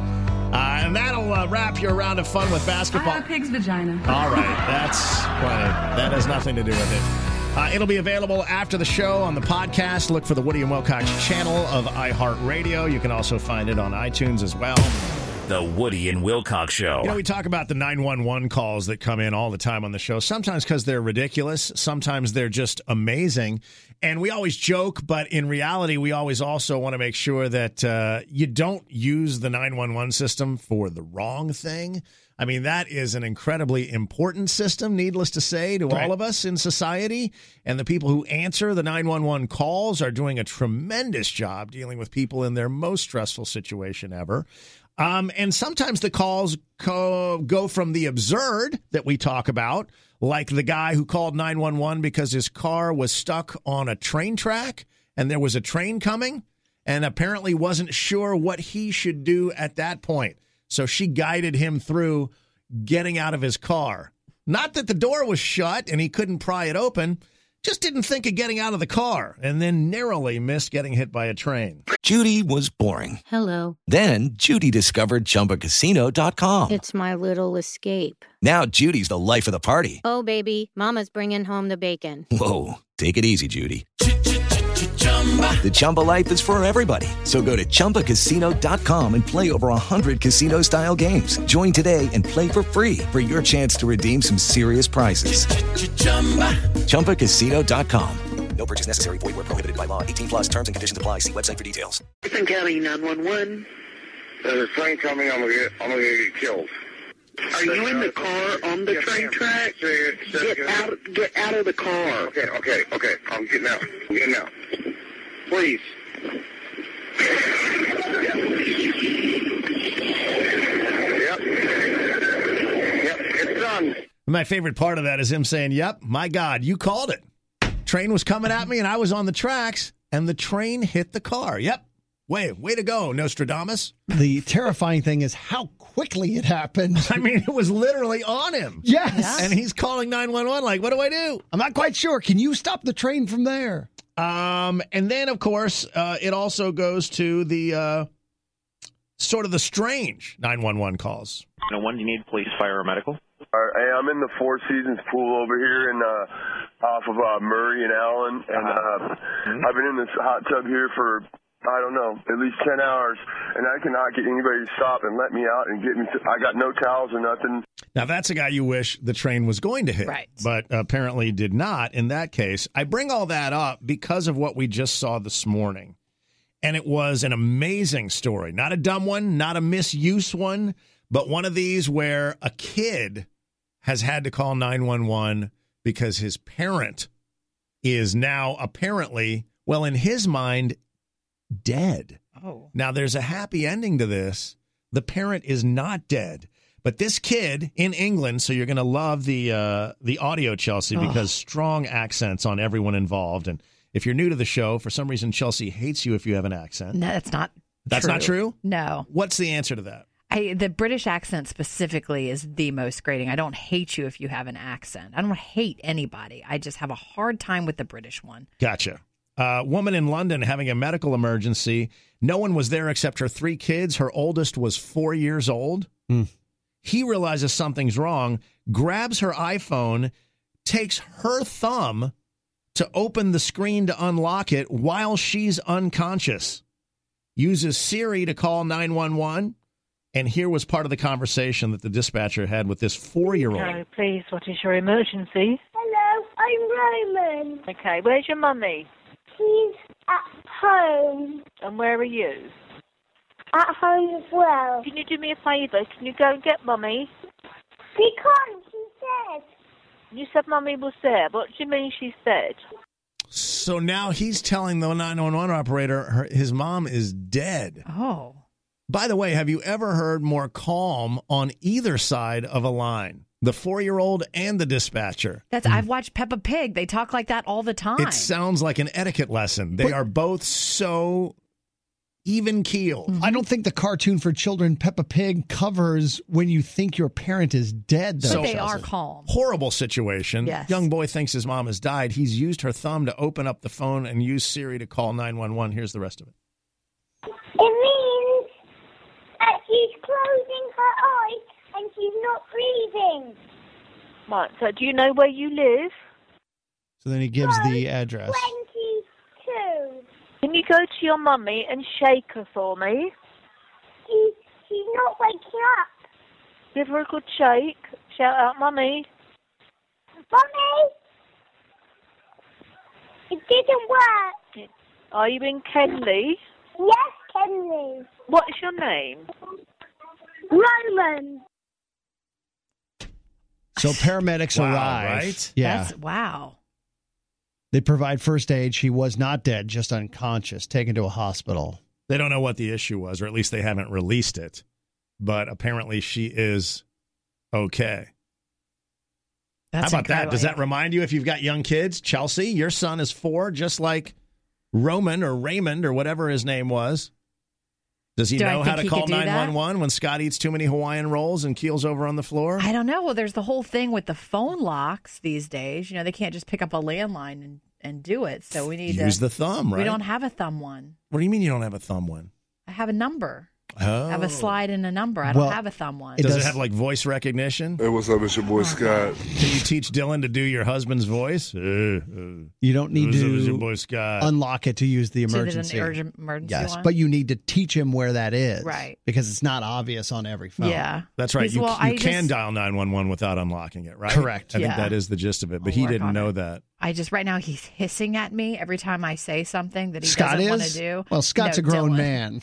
S4: Uh, and that'll uh, wrap your round of fun with basketball.
S11: A pig's vagina.
S4: All right, that's plenty. That has nothing to do with it. Uh, it'll be available after the show on the podcast. Look for the Woody and Wilcox channel of iHeartRadio. You can also find it on iTunes as well.
S3: The Woody and Wilcox Show.
S4: You know, we talk about the 911 calls that come in all the time on the show, sometimes because they're ridiculous, sometimes they're just amazing. And we always joke, but in reality, we always also want to make sure that uh, you don't use the 911 system for the wrong thing. I mean, that is an incredibly important system, needless to say, to all of us in society. And the people who answer the 911 calls are doing a tremendous job dealing with people in their most stressful situation ever. Um, and sometimes the calls co- go from the absurd that we talk about, like the guy who called 911 because his car was stuck on a train track and there was a train coming, and apparently wasn't sure what he should do at that point. So she guided him through getting out of his car. Not that the door was shut and he couldn't pry it open, just didn't think of getting out of the car and then narrowly missed getting hit by a train.
S22: Judy was boring.
S23: Hello.
S22: Then Judy discovered ChumbaCasino.com.
S23: It's my little escape.
S22: Now Judy's the life of the party.
S23: Oh, baby, Mama's bringing home the bacon.
S22: Whoa, take it easy, Judy. The Chumba life is for everybody. So go to ChumbaCasino.com and play over 100 casino style games. Join today and play for free for your chance to redeem some serious prizes. ChumbaCasino.com. No purchase necessary. Void where prohibited by law. 18 plus terms and conditions apply. See website for details.
S15: Mason County 911.
S17: There's a train coming. I'm gonna get. I'm gonna get killed.
S15: Are you in the car on the train track? Get out, get out of the car.
S17: Okay, okay, okay. I'm getting out. I'm getting out. Please. Yep. Yep. It's done.
S4: My favorite part of that is him saying, Yep, my God, you called it. Train was coming at me and I was on the tracks and the train hit the car. Yep. Way, way to go, Nostradamus.
S6: The terrifying thing is how quickly it happened.
S4: I mean, it was literally on him.
S6: Yes.
S4: And he's calling 911, like, what do I do?
S6: I'm not quite sure. Can you stop the train from there?
S4: Um, and then, of course, uh, it also goes to the uh, sort of the strange 911 calls.
S24: No one, you need police, fire, or medical?
S17: All right, hey, I'm in the Four Seasons pool over here in uh, off of uh, Murray and Allen, and
S24: Uh-huh.
S17: uh,
S24: Mm-hmm.
S17: I've been in this hot tub here for I don't know at least ten hours, and I cannot get anybody to stop and let me out and get me. To, I got no towels or nothing.
S4: Now, that's a guy you wish the train was going to hit,
S5: Right.
S4: but apparently did not in that case. I bring all that up because of what we just saw this morning. And it was an amazing story. Not a dumb one, not a misuse one, but one of these where a kid has had to call 911 because his parent is now apparently, well, in his mind, dead.
S5: Oh.
S4: Now, there's a happy ending to this. The parent is not dead, but this kid in England. So you're going to love the uh, the audio, Chelsea, because strong accents on everyone involved. And if you're new to the show, for some reason, Chelsea hates you if you have an accent.
S5: No, that's not.
S4: That's not true?
S5: No.
S4: What's the answer to that?
S5: I, the British accent specifically is the most grating. I don't hate you if you have an accent. I don't hate anybody. I just have a hard time with the British one.
S4: Gotcha. Uh, woman in London having a medical emergency. No one was there except her three kids. Her oldest was four years old. He realizes something's wrong, grabs her iPhone, takes her thumb to open the screen to unlock it while she's unconscious, uses Siri to call 911. And here was part of the conversation that the dispatcher had with this four year old.
S25: Hello, please. What is your emergency?
S26: Hello, I'm Roman.
S25: Okay, where's your mummy?
S26: She's at home.
S25: And where are you?
S26: At home as well.
S25: Can you do me a favour? Can you go and get mummy?
S26: She can't, she said.
S25: You said mummy was there. What do you mean she said?
S4: So now he's telling the 911 operator her, his mom is dead.
S5: Oh.
S4: By the way, have you ever heard more calm on either side of a line? The four year old and the dispatcher.
S5: That's I've watched Peppa Pig. They talk like that all the time.
S4: It sounds like an etiquette lesson. They are both so even keel.
S6: I don't think the cartoon for children Peppa Pig covers when you think your parent is dead.
S5: But
S6: Though.
S5: they are calm.
S4: Horrible situation.
S5: Yes.
S4: Young boy thinks his mom has died. He's used her thumb to open up the phone and use Siri to call 911. Here's the rest of it.
S26: It means that she's closing her eyes and she's not breathing.
S25: Right, so do you know where you live?
S6: So then he gives the address.
S26: 22.
S25: Can you go to your mummy and shake her for me?
S26: She, she's not waking up.
S25: Give her a good shake. Shout out, mummy.
S26: Mummy! It didn't work.
S25: Are you in Kenley?
S26: Yes, Kenley.
S25: What is your name?
S26: Roman.
S6: So paramedics
S4: Wow,
S6: arrive.
S4: right?
S6: Yeah.
S5: That's wow.
S6: they provide first aid. She was not dead, just unconscious, taken to a hospital.
S4: They don't know what the issue was, or at least they haven't released it. But apparently she is okay.
S5: That's
S4: How about that?
S5: incredible.
S4: Does that remind you if you've got young kids? Chelsea, your son is four, just like Roman or Raymond or whatever his name was. Does he
S5: Do I
S4: know
S5: think
S4: how to
S5: he
S4: call
S5: could do that?
S4: 911 when Scott eats too many Hawaiian rolls and keels over on the floor?
S5: I don't know. Well, there's the whole thing with the phone locks these days. You know, they can't just pick up a landline and, and do it. So we need
S4: Use
S5: to
S4: the thumb, right?
S5: We don't have a thumb one.
S4: what do you mean you don't have a thumb one?
S5: I have a number.
S4: Oh.
S5: I have a slide and a number. I don't
S4: Well,
S5: have a thumb one.
S4: does, it have like voice recognition?
S27: Hey, what's up? It's your boy Scott.
S4: Can you teach Dylan to do your husband's voice? Uh, You
S6: You don't need
S4: your
S6: to
S4: boy Scott.
S6: unlock it to use the
S5: So there's an
S6: emergency.
S5: urgent emergency
S6: yes,
S5: one?
S6: but you need to teach him where that is,
S5: Right.
S6: Because it's not obvious on every phone.
S5: Yeah.
S4: That's right.
S5: Because,
S4: You,
S5: well,
S4: you
S5: I
S4: can
S5: just-
S4: dial 911 without unlocking it, right?
S6: Correct.
S4: I think
S5: Yeah.
S4: that is the gist of it, but
S5: I'll
S4: he
S5: work
S4: didn't
S5: on
S4: know that.
S5: I just right now he's hissing at me every time I say something that he
S6: Scott
S5: doesn't want to
S6: is.
S5: do.
S6: Well, Scott's
S5: No,
S6: a grown
S5: Dylan.
S6: man.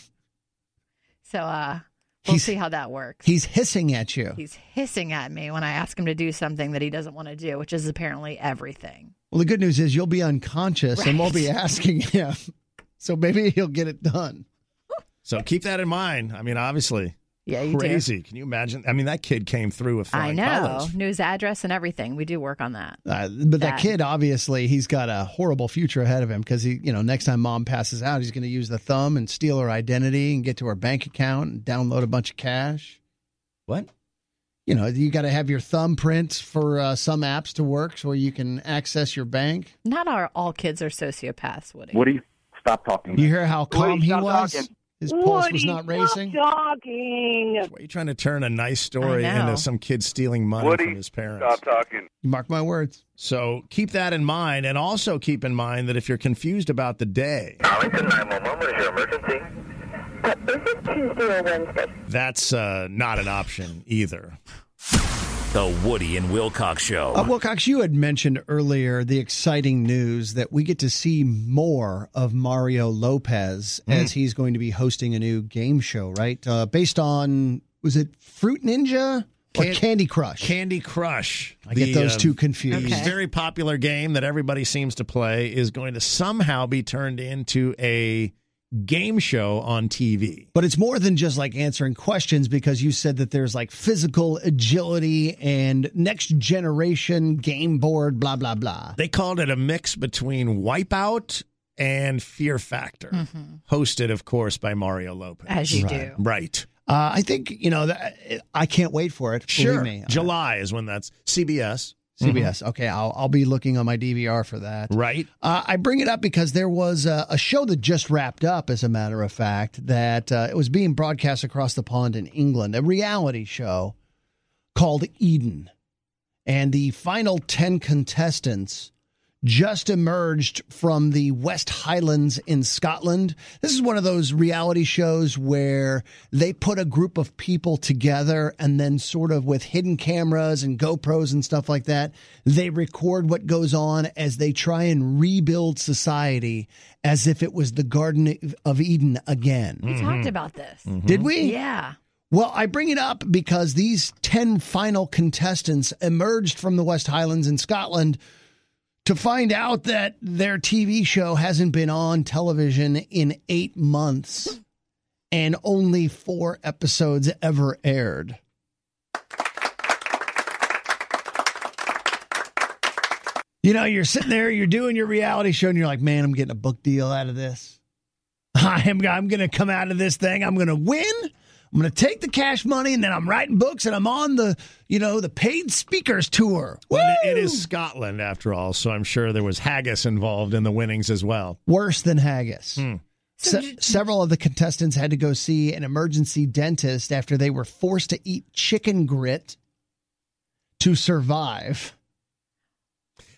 S5: So uh, we'll
S6: He's-
S5: see how that works.
S6: He's hissing at you.
S5: He's hissing at me when I ask him to do something that he doesn't want to do, which is apparently everything.
S6: Well, the good news is you'll be unconscious and we'll be
S5: Right.
S6: asking him. So maybe he'll get it done.
S4: So keep that in mind. I mean, obviously,
S5: Yeah, you do.
S4: crazy. Can you imagine? I mean, that kid came through with
S5: I
S4: flying
S5: know.
S4: colors.
S5: News address and everything. We do work on that.
S6: Uh, but that
S5: That-
S6: kid, obviously, he's got a horrible future ahead of him because he, you know, next time mom passes out, he's going to use the thumb and steal her identity and get to her bank account and download a bunch of cash.
S4: What?
S6: You know, you got to have your thumbprints for uh, some apps to work so you can access your bank.
S5: Not our, all kids are sociopaths, Woody.
S1: Woody, stop talking.
S6: You hear how
S1: Woody,
S6: calm he
S1: stop
S6: was?
S1: talking.
S6: His pulse was not racing.
S1: Talking.
S4: Why are you trying to turn a nice story
S1: I know.
S4: into some kid stealing money
S1: Woody,
S4: from his parents?
S1: stop talking.
S6: Mark my words.
S4: So keep that in mind. And also keep in mind that if you're confused about the day,
S1: Arlington 911, what is your emergency?
S15: Is it Tuesday or Wednesday?
S4: that's uh, not an option either.
S3: The Woody and Wilcox Show.
S6: Uh, Wilcox, you had mentioned earlier the exciting news that we get to see more of Mario Lopez
S4: Hmm.
S6: as he's going to be hosting a new game show, right? Uh, based on, was it Fruit Ninja or
S4: Can-
S6: Candy Crush?
S4: Candy Crush.
S6: I get those two confused.
S4: The
S6: Okay.
S4: um, very popular game that everybody seems to play is going to somehow be turned into a game show on TV.
S6: but it's more than just like answering questions because you said that there's like physical agility and next generation game board, blah, blah, blah.
S4: They called it a mix between Wipeout and Fear Factor,
S15: Mm-hmm.
S4: hosted, of course, by Mario Lopez.
S5: As you Right.
S4: do. Right.
S6: Uh, I think, you know, that, I can't wait for it.
S4: Sure.
S6: Believe me.
S4: July is when that's CBS.
S6: CBS. Okay, I'll, I'll be looking on my DVR for that.
S4: Mm-hmm. Right.
S6: Uh, I bring it up because there was a, a show that just wrapped up, as a matter of fact, that uh, it was being broadcast across the pond in England, a reality show called Eden. And the final 10 contestants just emerged from the West Highlands in Scotland. This is one of those reality shows where they put a group of people together and then, sort of with hidden cameras and GoPros and stuff like that, they record what goes on as they try and rebuild society as if it was the Garden of Eden again.
S5: We talked about this.
S6: Mm-hmm. Did we?
S5: Yeah.
S6: Well, I bring it up because these 10 final contestants emerged from the West Highlands in Scotland to find out that their TV show hasn't been on television in eight months. and only four episodes ever aired. You know, you're sitting there, you're doing your reality show, and you're like, man, I'm getting a book deal out of this. I am, I'm going to come out of this thing. I'm going to win. I'm going to take the cash money, and then I'm writing books, and I'm on the, you know, the paid speakers tour.
S4: Well, it- it is Scotland, after all, so I'm sure there was haggis involved in the winnings as well.
S6: Worse than haggis. Se- several of the contestants had to go see an emergency dentist after they were forced to eat chicken grit to survive.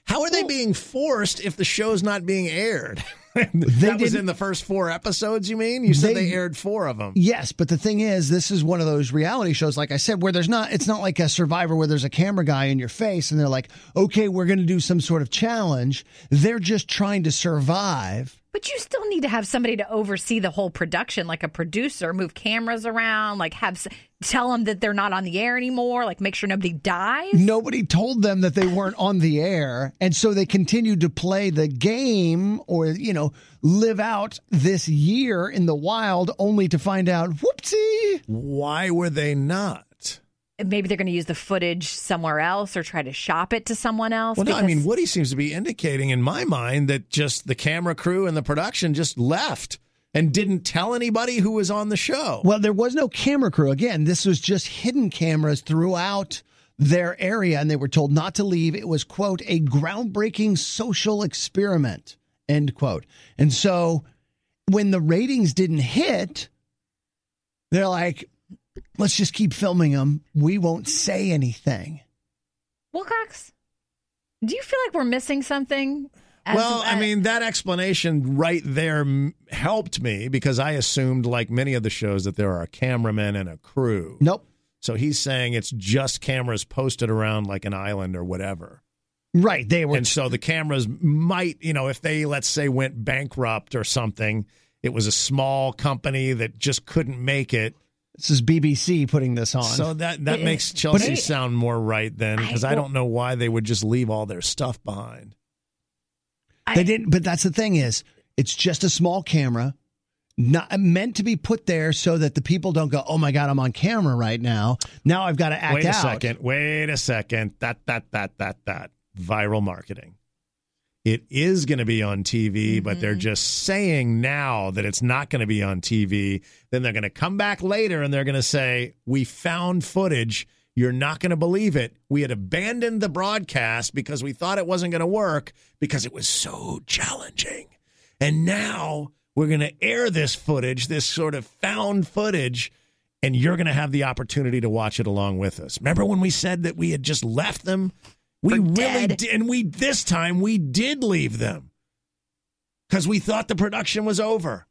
S4: How are they being forced if the show's not being aired? that was in the first four episodes, you mean? You said
S6: They-
S4: they, aired four of them.
S6: Yes, but the thing is, this is one of those reality shows, like I said, where there's not, it's not like a survivor where there's a camera guy in your face and they're like, okay, we're going to do some sort of challenge. They're just trying to survive.
S5: But you still need to have somebody to oversee the whole production, like a producer, move cameras around, like have s- tell them that they're not on the air anymore, like make sure nobody dies.
S6: Nobody told them that they weren't on the air. And so they continued to play the game or, you know, live out this year in the wild only to find out, whoopsie.
S4: Why were they not?
S5: Maybe they're going to use the footage somewhere else or try to shop it to someone else.
S4: Well, no, I
S5: because-
S4: mean, Woody seems to be indicating in my mind that just the camera crew and the production just left and didn't tell anybody who was on the show.
S6: Well, there was no camera crew. Again, this was just hidden cameras throughout their area, and they were told not to leave. It was, quote, a groundbreaking social experiment, end quote. And so when the ratings didn't hit, they're like, let's just keep filming them. We won't say anything.
S5: Wilcox, do you feel like we're missing something? As-
S4: well, I mean, that explanation right there m- helped me because I assumed, like many of the shows, that there are cameramen and a crew.
S6: Nope.
S4: So he's saying it's just cameras posted around like an island or whatever.
S6: Right. They were.
S4: And so the cameras might, you know, if they, let's say, went bankrupt or something, it was a small company that just couldn't make it.
S6: This is BBC putting this on.
S4: So that, that
S6: But-
S4: makes
S6: but
S4: Chelsea
S6: it-
S4: sound more right then because
S6: I-
S4: I, don't know why they would just leave all their stuff behind.
S6: they didn't, but that's the thing is, it's just a small camera, not meant to be put there so that the people don't go, "Oh my god, I'm on camera right now." Now I've got to act
S4: wait a
S6: out.
S4: second. Wait a second. That, that, that, that, that. Viral marketing. It is going to be on TV, but
S6: Mm-hmm.
S4: they're just saying now that it's not going to be on TV. Then they're going to come back later and they're going to say, We found footage. You're not going to believe it. We had abandoned the broadcast because we thought it wasn't going to work because it was so challenging. And now we're going to air this footage, this sort of found footage, and you're going to have the opportunity to watch it along with us. Remember when we said that we had just left them? We really did. And we, this time, we did leave them because we thought the production was over.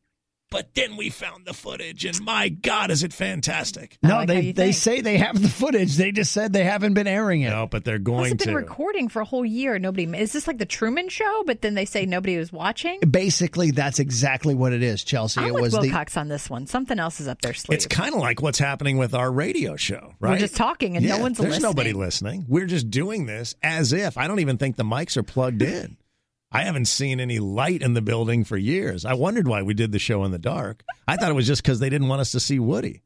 S4: But then we found the footage, and my God, is it fantastic!
S6: No, they they say they have the footage. They just said they haven't been airing it.
S4: No, but they're
S5: Must
S4: going
S5: have been
S4: to.
S5: recording for a whole year. Nobody is this like the Truman Show, but then they say nobody was watching.
S6: Basically, that's exactly what it is, Chelsea.
S5: I'm
S6: it
S5: with
S6: was the
S5: Wilcox on this one. Something else is up their sleeve.
S4: It's kind of like what's happening with our radio show, right?
S5: We're just talking and no
S4: Yeah,
S5: one's
S4: there's
S5: listening.
S4: nobody listening. We're just doing this as if I don't even think the mics are plugged in. I haven't seen any light in the building for years. I wondered why we did the show in the dark. I thought it was just because they didn't want us to see Woody.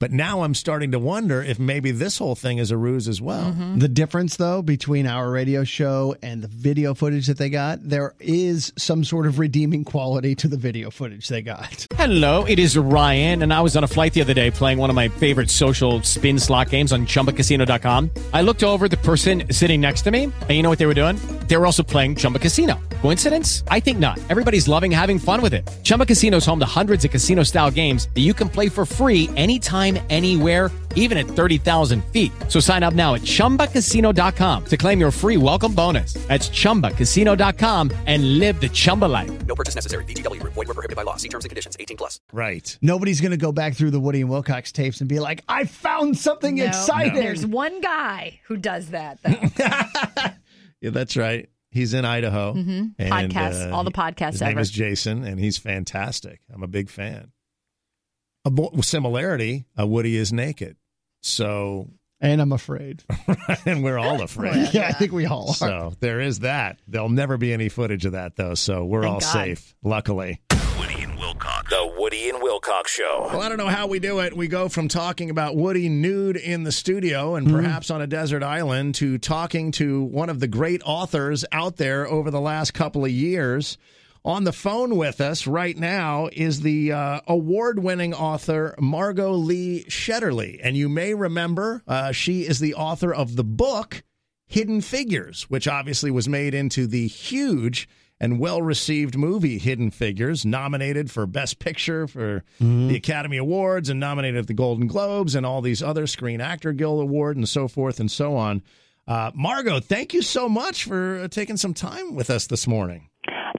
S4: But now I'm starting to wonder if maybe this whole thing is a ruse as well.
S5: Mm-hmm.
S6: the difference though between our radio show and the video footage that they got. There is some sort of redeeming quality to the video footage they got.
S27: Hello, it is Ryan, and I was on a flight the other day playing one of my favorite social spin slot games on chumbacasino.com. I looked over at the person sitting next to me, and you know what they were doing? They were also playing Chumba Casino. Coincidence? I think not. Everybody's loving having fun with it. Chumba Casino is home to hundreds of casino style games that you can play for free anytime, anywhere, even at 30,000 feet. So sign up now at chumbacasino.com to claim your free welcome bonus. That's chumbacasino.com and live the Chumba life.
S2: No purchase necessary. VGW Group. Void were prohibited by law. See terms and conditions. 18 plus.
S4: Right.
S6: Nobody's going to go back through the Woody and Wilcox tapes and be like, "I found something
S5: No,
S6: exciting."
S5: There's one guy who does that. Though.
S4: Yeah, that's right. He's in Idaho. uh,
S5: Mhm. Podcasts, all the podcasts
S4: His name
S5: ever.
S4: is Jason, and he's fantastic. I'm a big fan. A bo- similarity: uh, Woody is naked, so
S6: and I'm afraid,
S4: and we're all afraid.
S6: yeah, I think we all are.
S4: So there is that. There'll never be any footage of that, though. So we're
S6: Thank
S4: all
S6: God.
S4: safe, luckily.
S7: Wilcox. The Woody and Wilcox Show.
S4: Well, I don't know how we do it. We go from talking about Woody nude in the studio and perhaps on a desert island to talking to one of the great authors out there over the last couple of years. On the phone with us right now is the uh, award winning author Margot Lee Shetterly. And you may remember uh, she is the author of the book Hidden Figures, which obviously was made into the huge and well received movie Hidden Figures, nominated for Best Picture for the Academy Awards and nominated at the Golden Globes and all these other Screen Actor Guild Award and so forth and so on. Uh, Margot, thank you so much for uh, taking some time with us this morning.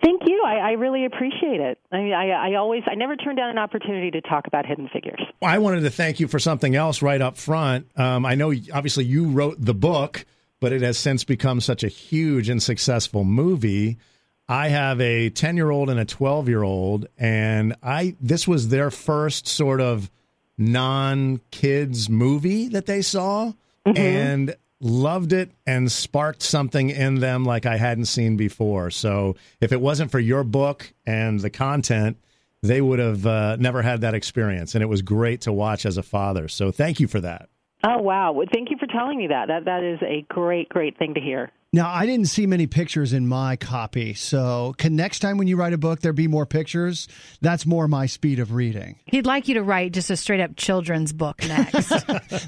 S8: Thank you. I, I really appreciate it. I, mean, I, I always, I never turn down an opportunity to talk about Hidden Figures.
S4: Well, I wanted to thank you for something else right up front. Um, I know, obviously, you wrote the book, but it has since become such a huge and successful movie. I have a ten-year-old and a twelve-year-old, and I this was their first sort of non-kids movie that they saw, and loved it and sparked something in them like I hadn't seen before. So if it wasn't for your book and the content. They would have uh, never had that experience, and it was great to watch as a father. So, thank you for that.
S8: Oh wow! Well, thank you for telling me that. That that is a great, great thing to hear.
S6: Now, I didn't see many pictures in my copy, so can next time when you write a book, there be more pictures? That's more my speed of reading.
S5: He'd like you to write just a straight up children's book next.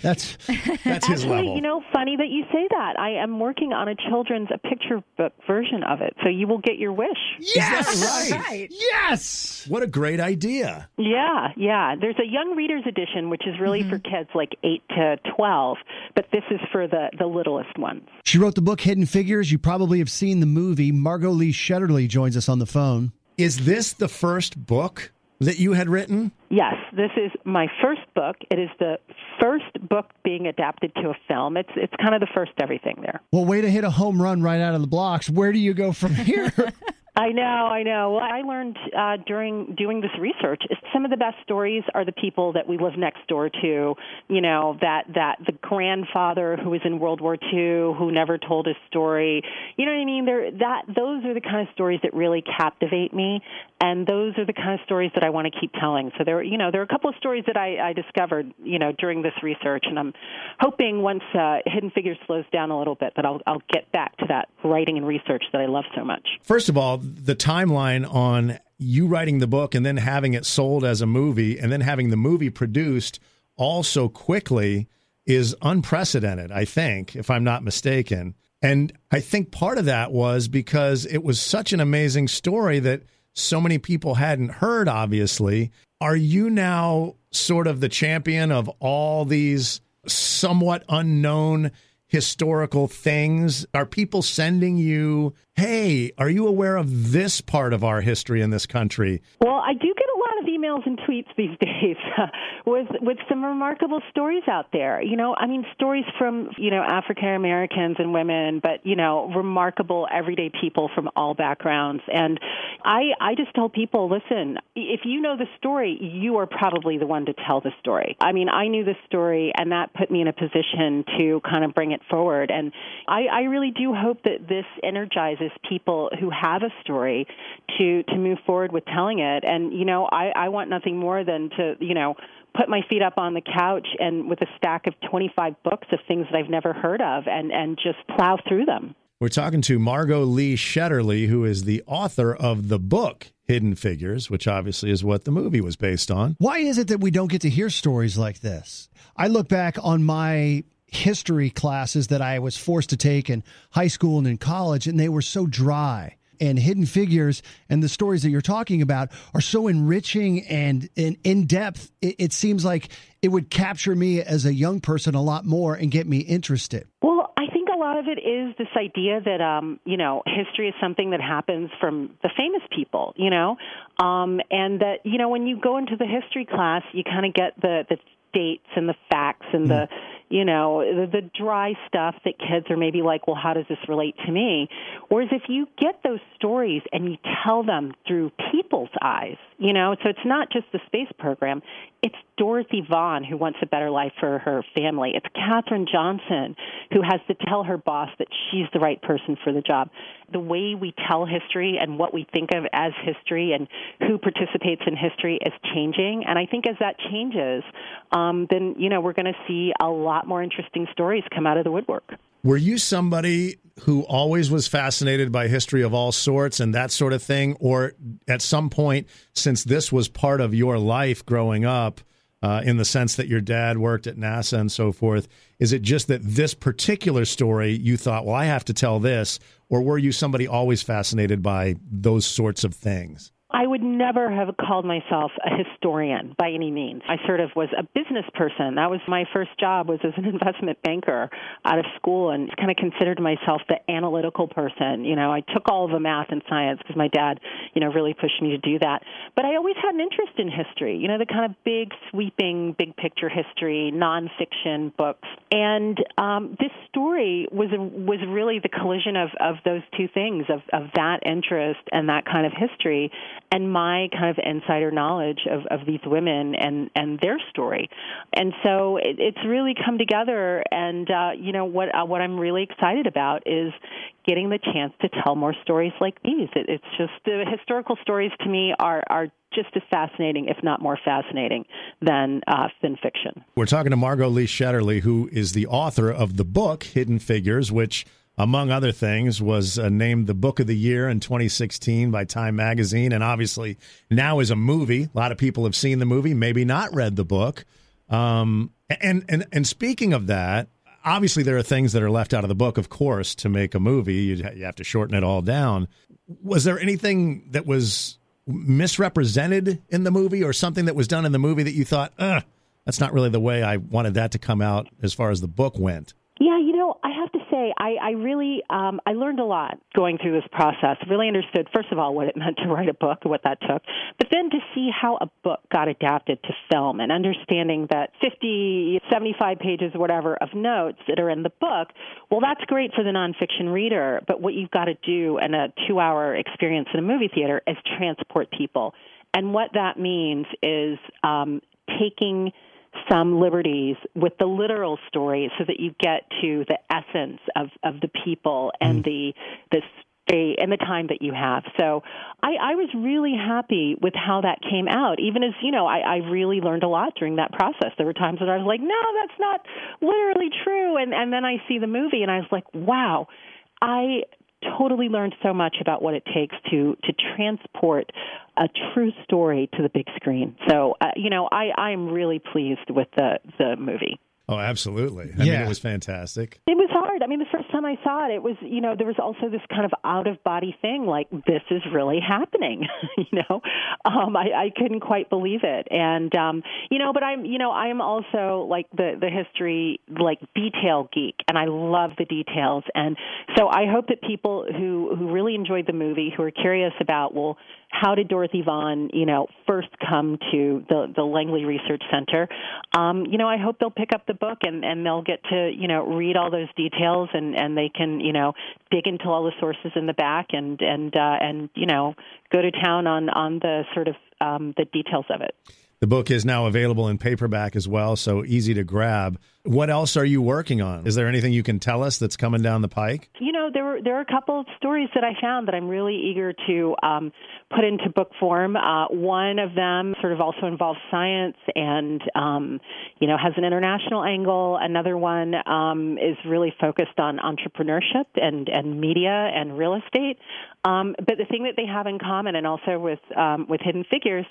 S6: That's that's
S4: his
S8: Actually, you know, funny that you say that. I am working on a children's a picture book version of it, so you will get your wish.
S4: Yes, Yes, what a great idea!
S8: Yeah, yeah. There's a young readers edition, which is
S4: Mm-hmm.
S8: really for kids like eight to twelve, but this is for the the littlest ones.
S6: She wrote the book Hidden Figures. You probably have seen the movie. Margot Lee Shetterly joins us on the phone.
S4: Is this the first book that you had written?
S8: Yes, this is my first book. It is the first book being adapted to a film. It's it's kind of the first everything there.
S6: Well, way to hit a home run right out of the blocks. Where do you go from here?
S8: I know, I know. Well, I learned uh, during doing this research, is some of the best stories are the people that we live next door to. You know that that the grandfather who was in World War II who never told his story. You know what I mean? There that those are the kind of stories that really captivate me, and those are the kind of stories that I want to keep telling. So there, you know, there are a couple of stories that I, I discovered, you know, during this research, and I'm hoping once uh, Hidden Figures slows down a little bit that I'll I'll get back to that writing and research that I love so much.
S4: First of all, the timeline on you writing the book and then having it sold as a movie and then having the movie produced all so quickly is unprecedented, I think, if I'm not mistaken. And I think part of that was because it was such an amazing story that so many people hadn't heard, obviously. Are you now sort of the champion of all these somewhat unknown historical things? Are people sending you, hey, are you aware of this part of our history in this country?
S8: Well, I do get a lot of emails and tweets these days with with some remarkable stories out there. You know, I mean stories from, you know, African Americans and women, but you know, remarkable everyday people from all backgrounds. And I I just tell people, listen, if you know the story, you are probably the one to tell the story. I mean, I knew the story and that put me in a position to kind of bring it forward and I I really do hope that this energizes people who have a story to to move forward with telling it and you know i i want nothing more than to you know put my feet up on the couch and with a stack of 25 books of things that i've never heard of and and just plow through them
S4: We're talking to Margot Lee Shetterly, who is the author of the book Hidden Figures, which obviously is what the movie was based on.
S6: Why is it that we don't get to hear stories like this? I look back on my history classes that I was forced to take in high school and in college, and they were so dry. And hidden figures and the stories that you're talking about are so enriching and, and in depth. It, it seems like it would capture me as a young person a lot more and get me interested.
S8: Well, I think a lot of it is this idea that um, you know history is something that happens from the famous people, you know, um, and that you know when you go into the history class, you kind of get the the dates and the facts and the you know the, the dry stuff that kids are maybe like, well, how does this relate to me? Whereas if you get those stories and you tell them through people people's eyes, you know? So it's not just the space program. It's Dorothy Vaughn who wants a better life for her family. It's Katherine Johnson who has to tell her boss that she's the right person for the job. The way we tell history and what we think of as history and who participates in history is changing. And I think as that changes, um, then, you know, we're going to see a lot more interesting stories come out of the woodwork.
S4: Were you somebody who always was fascinated by history of all sorts and that sort of thing? Or at some point, since this was part of your life growing up, uh, in the sense that your dad worked at NASA and so forth, is it just that this particular story you thought, well, I have to tell this? Or were you somebody always fascinated by those sorts of things?
S8: I would never have called myself a historian by any means. I sort of was a business person. That was my first job was as an investment banker out of school and kind of considered myself the analytical person. You know, I took all of the math and science because my dad, you know, really pushed me to do that. But I always had an interest in history, you know, the kind of big sweeping big picture history, nonfiction books. And um this story was a, was really the collision of of those two things of of that interest and that kind of history and my kind of insider knowledge of, of these women and, and their story. And so it, it's really come together. And, uh, you know, what, uh, what I'm really excited about is getting the chance to tell more stories like these. It, it's just the historical stories to me are, are just as fascinating, if not more fascinating, than, uh, than fiction.
S4: We're talking to Margot Lee Shetterly, who is the author of the book Hidden Figures, which among other things, was uh, named the Book of the Year in 2016 by Time Magazine, and obviously now is a movie. A lot of people have seen the movie, maybe not read the book. Um, and and and speaking of that, obviously there are things that are left out of the book, of course, to make a movie. You you have to shorten it all down. Was there anything that was misrepresented in the movie, or something that was done in the movie that you thought, Ugh, that's not really the way I wanted that to come out as far as the book went?
S8: Yeah, you know, I have to say, I, I really, um, I learned a lot going through this process. Really understood, first of all, what it meant to write a book, what that took, but then to see how a book got adapted to film and understanding that 50, 75 pages, whatever, of notes that are in the book, well, that's great for the nonfiction reader, but what you've got to do in a two hour experience in a movie theater is transport people. And what that means is um, taking some liberties with the literal story so that you get to the essence of, of the people and the the stay and the time that you have. So I, I was really happy with how that came out. Even as, you know, I, I really learned a lot during that process. There were times that I was like, No, that's not literally true and, and then I see the movie and I was like, Wow, I totally learned so much about what it takes to to transport a true story to the big screen. So uh, you know, I I am really pleased with the the movie.
S4: Oh, absolutely. I mean,
S8: Yeah.
S4: it was fantastic.
S8: It was hard. I mean, the first time I saw it, it was you know there was also this kind of out of body thing, like this is really happening. you know, um, I, I couldn't quite believe it, and um, you know, but I'm you know I'm also like the the history like detail geek, and I love the details, and so I hope that people who who really enjoyed the movie, who are curious about, well, how did Dorothy Vaughn, you know, first come to the, the Langley Research Center? Um, you know, I hope they'll pick up the book and, and they'll get to, you know, read all those details and, and they can, you know, dig into all the sources in the back and, and, uh, and, you know, go to town on, on the sort of, um, the details of it.
S4: The book is now available in paperback as well, so easy to grab. What else are you working on? Is there anything you can tell us that's coming down the pike?
S8: You know, there were there are a couple of stories that I found that I'm really eager to um, put into book form. Uh, one of them sort of also involves science and um, you know has an international angle. Another one um, is really focused on entrepreneurship and and media and real estate. Um, but the thing that they have in common, and also with um, with Hidden Figures,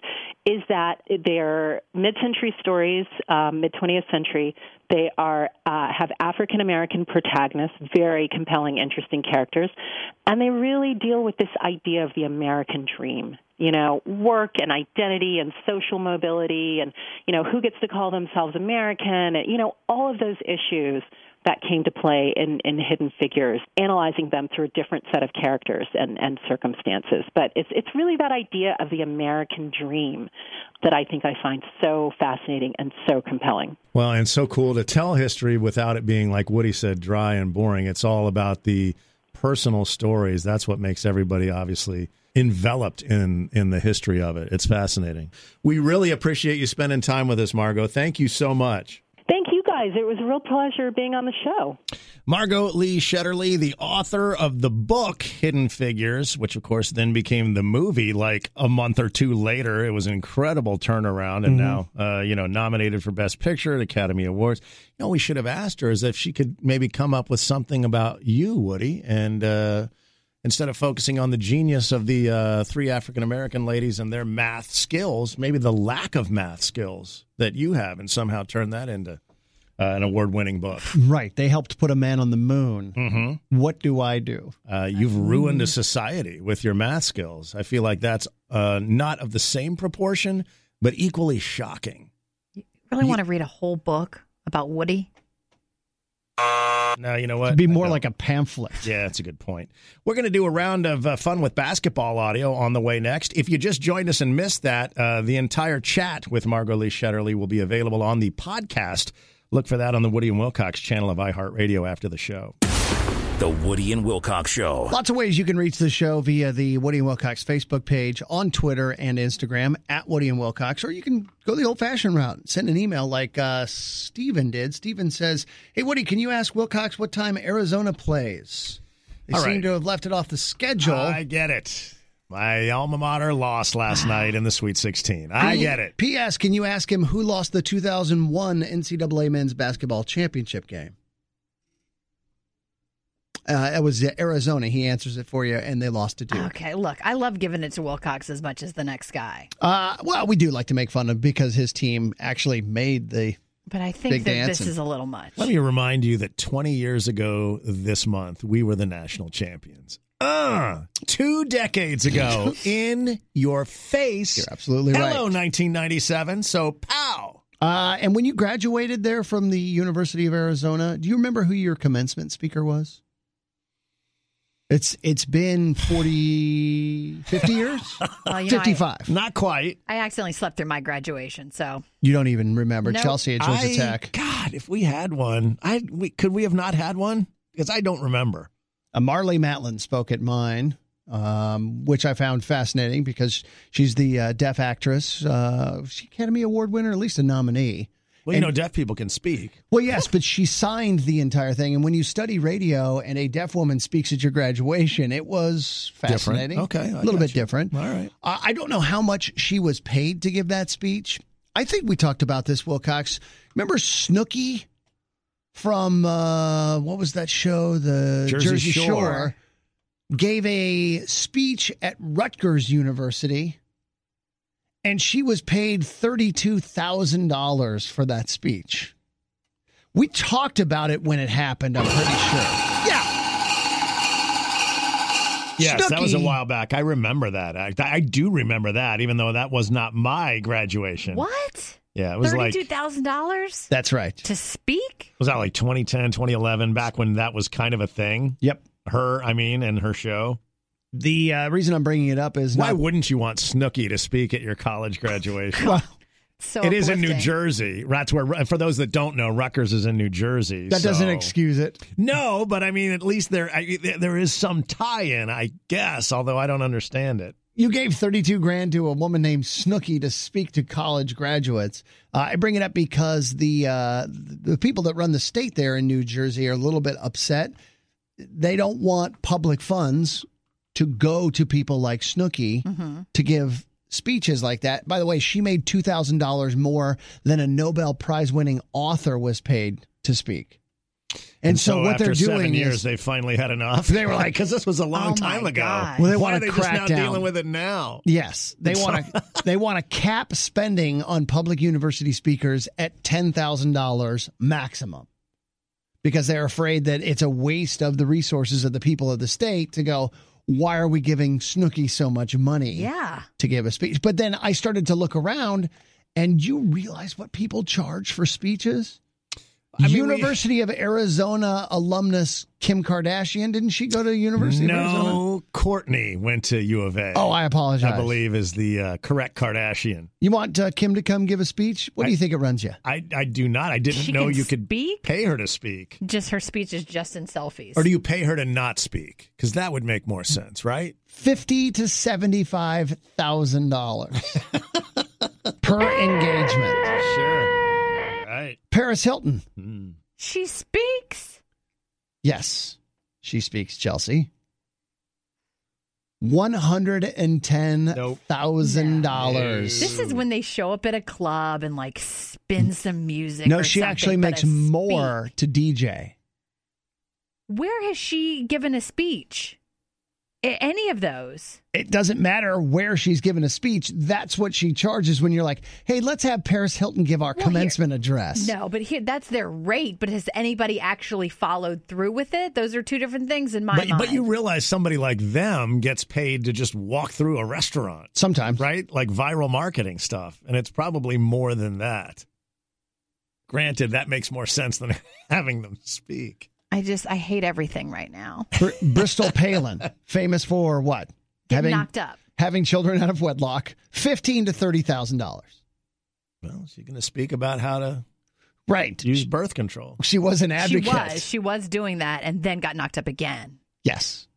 S8: is that they're mid-century stories, um, mid-20th century. They are uh, have African American protagonists, very compelling, interesting characters, and they really deal with this idea of the American dream. You know, work and identity and social mobility, and you know who gets to call themselves American, and you know all of those issues that came to play in, in Hidden Figures, analyzing them through a different set of characters and, and circumstances. But it's it's really that idea of the American dream that I think I find so fascinating and so compelling.
S4: Well, and so cool to tell history without it being, like Woody said, dry and boring. It's all about the personal stories. That's what makes everybody obviously enveloped in in the history of it. It's fascinating. We really appreciate you spending time with us, Margot. Thank you so much.
S8: Thank you guys. It was a real pleasure being on the show.
S4: Margot Lee Shetterly, the author of the book Hidden Figures, which of course then became the movie like a month or two later. It was an incredible turnaround
S9: Mhm.
S4: and now, uh, you know, nominated for Best Picture at Academy Awards. You know, we should have asked her as if she could maybe come up with something about you, Woody, and uh, instead of focusing on the genius of the uh, three African American ladies and their math skills, maybe the lack of math skills that you have and somehow turn that into uh, an award winning book.
S6: Right. They helped put a man on the moon. Mm-hmm. What do I do?
S4: Uh, you've ruined a society with your math skills. I feel like that's uh, not of the same proportion, but equally shocking.
S5: Really want to read a whole book about Woody?
S4: Now, you know what?
S6: be more like a pamphlet.
S4: Yeah, that's a good point. We're going to do a round of uh, fun with basketball audio on the way next. If you just joined us and missed that, uh, the entire chat with Margot Lee Shetterly will be available on the podcast. Look for that on the Woody and Wilcox channel of iHeartRadio after the show.
S7: The Woody and Wilcox Show.
S6: Lots of ways you can reach the show via the Woody and Wilcox Facebook page on Twitter and Instagram at Woody and Wilcox, or you can go the old fashioned route. Send an email like uh, Steven did. Steven says, Hey, Woody, can you ask Wilcox what time Arizona plays? They
S4: All
S6: seem
S4: right.
S6: to have left it off the schedule.
S4: I get it. My alma mater lost last night in the Sweet 16. I
S6: P-
S4: get it.
S6: P.S. Can you ask him who lost the 2001 NCAA men's basketball championship game? Uh, it was uh, Arizona. He answers it for you, and they lost to Duke.
S5: Okay, look, I love giving it to Wilcox as much as the next guy,
S6: Uh, well, we do like to make fun of because his team actually made the.
S5: but I think
S6: Big
S5: that this
S6: dancing.
S5: is a little much.
S4: Let me remind you that 20 years ago this month, we were the national champions. Uh, two decades ago, in your face. You're
S6: absolutely
S4: Hello,
S6: right.
S4: 1997. So, pow.
S6: Uh, and when you graduated there from the University of Arizona, do you remember who your commencement speaker was? It's it's been 40, 50 years,
S5: Well, you know, I-
S6: 55.
S4: Not quite.
S5: I accidentally slept through my graduation, so
S6: You don't even remember
S5: Nope.
S6: Chelsea at Georgia
S4: I-
S6: Tech.
S4: God, if we had one, I we, could we have not had one? Because I don't remember.
S6: Uh, Marley Matlin spoke at mine, um, which I found fascinating because she's the uh, deaf actress. Uh, she Academy Award winner, at least a nominee.
S4: Well, you
S6: And-
S4: know, deaf people can speak.
S6: Well, yes, but she signed the entire thing. And when you study radio and a deaf woman speaks at your graduation, it was
S4: Different.
S6: fascinating.
S4: Okay, I
S6: A little
S4: got
S6: bit
S4: you.
S6: different.
S4: All right.
S6: Uh, I don't know how much she was paid to give that speech. I think we talked about this, Wilcox. Remember Snooky from uh, what was that show? The
S4: Jersey
S6: Shore.
S4: Shore.
S6: gave a speech at Rutgers University, and she was paid $32,000 for that speech. We talked about it when it happened, I'm pretty sure.
S4: Yes, that was a
S6: Snooki.
S4: while back. I remember that. I, I do remember that, even though that was not my graduation.
S5: what?
S4: Yeah, it was like
S5: Thirty-two thousand dollars
S6: That's right.
S5: to speak?
S4: was that like 2010 2011 back when that was kind of a thing
S6: yep
S4: her i mean and her show
S6: The uh, reason I'm bringing it up is
S4: why
S6: not-
S4: wouldn't you want snooky to speak at your college graduation
S6: Well,
S5: So
S4: it is in new
S5: uplifting.
S4: jersey that's where for those that don't know rutgers is in new jersey
S6: that doesn't
S4: so-
S6: excuse it.
S4: no but i mean at least there I, there is some tie-in i guess although i don't understand it
S6: You gave 32 grand to a woman named Snooky to speak to college graduates. Uh, I bring it up because the uh, the people that run the state there in New Jersey are a little bit upset. They don't want public funds to go to people like Snooky to give speeches like that. By the way, she made $2,000 more than a Nobel Prize winning author was paid to speak. And, so, what
S4: after
S6: they're
S4: seven
S6: doing
S4: years
S6: is
S4: they finally had enough they were like because this was a long
S6: Oh my
S4: time ago
S6: God. Well, they
S4: Why
S6: wanna
S4: are they
S6: crack
S4: just now
S6: down.
S4: dealing with it now
S6: Yes, they
S4: It's
S6: want to. they want to cap spending on public university speakers at ten thousand dollars maximum, because they're afraid that it's a waste of the resources of the people of the state to go. Why are we giving Snooky so much money?
S5: Yeah.
S6: to give a speech. But then I started to look around, and you realize what people charge for speeches.
S4: I mean, we-
S6: University of Arizona alumnus Kim Kardashian. Didn't she go to University of Arizona?
S4: No, Courtney went to U of A.
S6: Oh, I apologize.
S4: I believe is the uh, correct Kardashian.
S6: You want uh, Kim to come give a speech? What do you think it runs you?
S4: I, I do not. I didn't
S5: She
S4: know
S5: can
S4: you could
S5: speak?
S4: pay her to speak.
S5: Just her speech is just in selfies.
S4: Or do you pay her to not speak? Because that would make more sense, right?
S6: Fifty to seventy-five thousand dollars per engagement.
S4: Sure. Hmm. Right.
S6: Paris Hilton.
S5: She speaks.
S6: Yes, she speaks Chelsea. One hundred and ten thousand dollars.
S5: This is when they show up at a club and like spin some music.
S6: no.
S5: or
S6: She actually
S5: something, but
S6: makes
S5: a
S6: more to DJ.
S5: speech. Where has she given a speech? A- any of those?
S6: It doesn't matter where she's given a speech. That's what she charges when you're like, hey, let's have Paris Hilton give our commencement address.
S5: No, but here that's their rate. But has anybody actually followed through with it? Those are two different things in my
S4: But,
S5: mind.
S4: but you realize somebody like them gets paid to just walk through a restaurant.
S6: Sometimes.
S4: Right? Like viral marketing stuff. And it's probably more than that. Granted, that makes more sense than having them speak.
S5: I just I hate everything right now.
S6: Br- Bristol Palin, famous for what?
S5: Get knocked up.
S6: Having children out of wedlock, fifteen to thirty thousand dollars.
S4: Well, she's going to speak about how to
S6: right
S4: use birth control.
S6: She was an advocate.
S5: She was. She was doing that and then got knocked up again.
S6: Yes,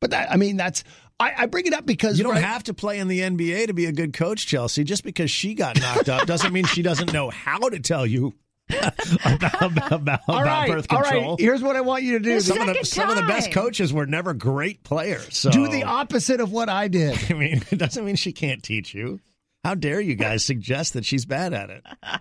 S6: but that I mean that's I, I bring it up because
S4: You don't
S6: right-
S4: have to play in the NBA to be a good coach, Chelsea. Just because she got knocked up doesn't mean she doesn't know how to tell you about, about, about
S6: All right,
S4: birth
S6: all right.
S4: control.
S6: Here's what I want you to do.
S4: Some of, the, some of the best coaches were never great players. So.
S6: Do the opposite of what I did.
S4: I mean, it doesn't mean she can't teach you. How dare you guys suggest that she's bad at it?
S6: Hmm.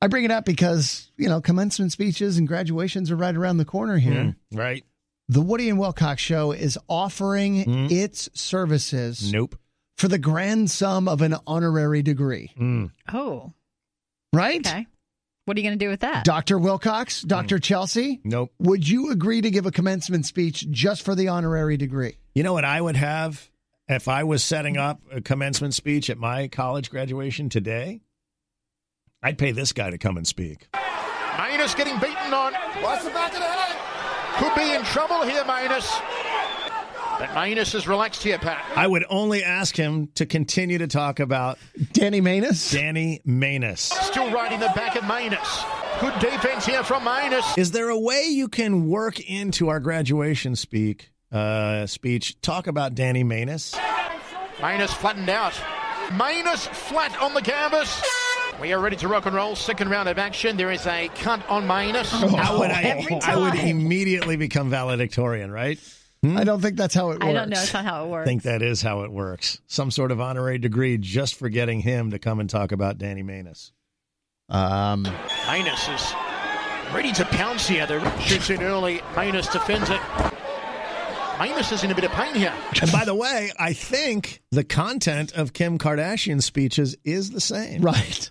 S6: I bring it up because you know commencement speeches and graduations are right around the corner here.
S4: Hmm. Right?
S6: The Woody and Wilcox Show is offering its services.
S4: Hmm. Nope.
S6: For the grand sum of an honorary degree,
S4: Hmm.
S5: Oh,
S6: right?
S5: okay. What are you going to do with that?
S6: Dr. Wilcox, Dr. Chelsea,
S4: Mm. Nope.
S6: would you agree to give a commencement speech just for the honorary degree?
S4: You know what I would have if I was setting up a commencement speech at my college graduation today? I'd pay this guy to come and speak.
S9: Minus Uh, getting beaten on. What's the back of the head? Could be in trouble here, Minus. But Minus is relaxed here, Pat.
S4: I would only ask him to continue to talk about
S6: Danny Manus.
S4: Danny Manus.
S9: Still riding the back of Minus. Good defense here from Minus.
S4: Is there a way you can work into our graduation speak uh, speech? Talk about Danny Manus.
S9: Minus flattened out. Minus flat on the canvas. We are ready to rock and roll. Second round of action. There is a cut on Minus.
S4: How would I? I would immediately become valedictorian, right? Hmm?
S6: I don't think that's how it works.
S5: I don't know. It's not how it
S4: I
S5: works.
S4: think that is how it works. Some sort of honorary degree just for getting him to come and talk about Danny Manus.
S6: Um,
S9: Minus is ready to pounce here. The ref shoots it early. Minus defends it. Minus is in a bit of pain here.
S4: and by the way, I think the content of Kim Kardashian's speeches is the same.
S6: Right.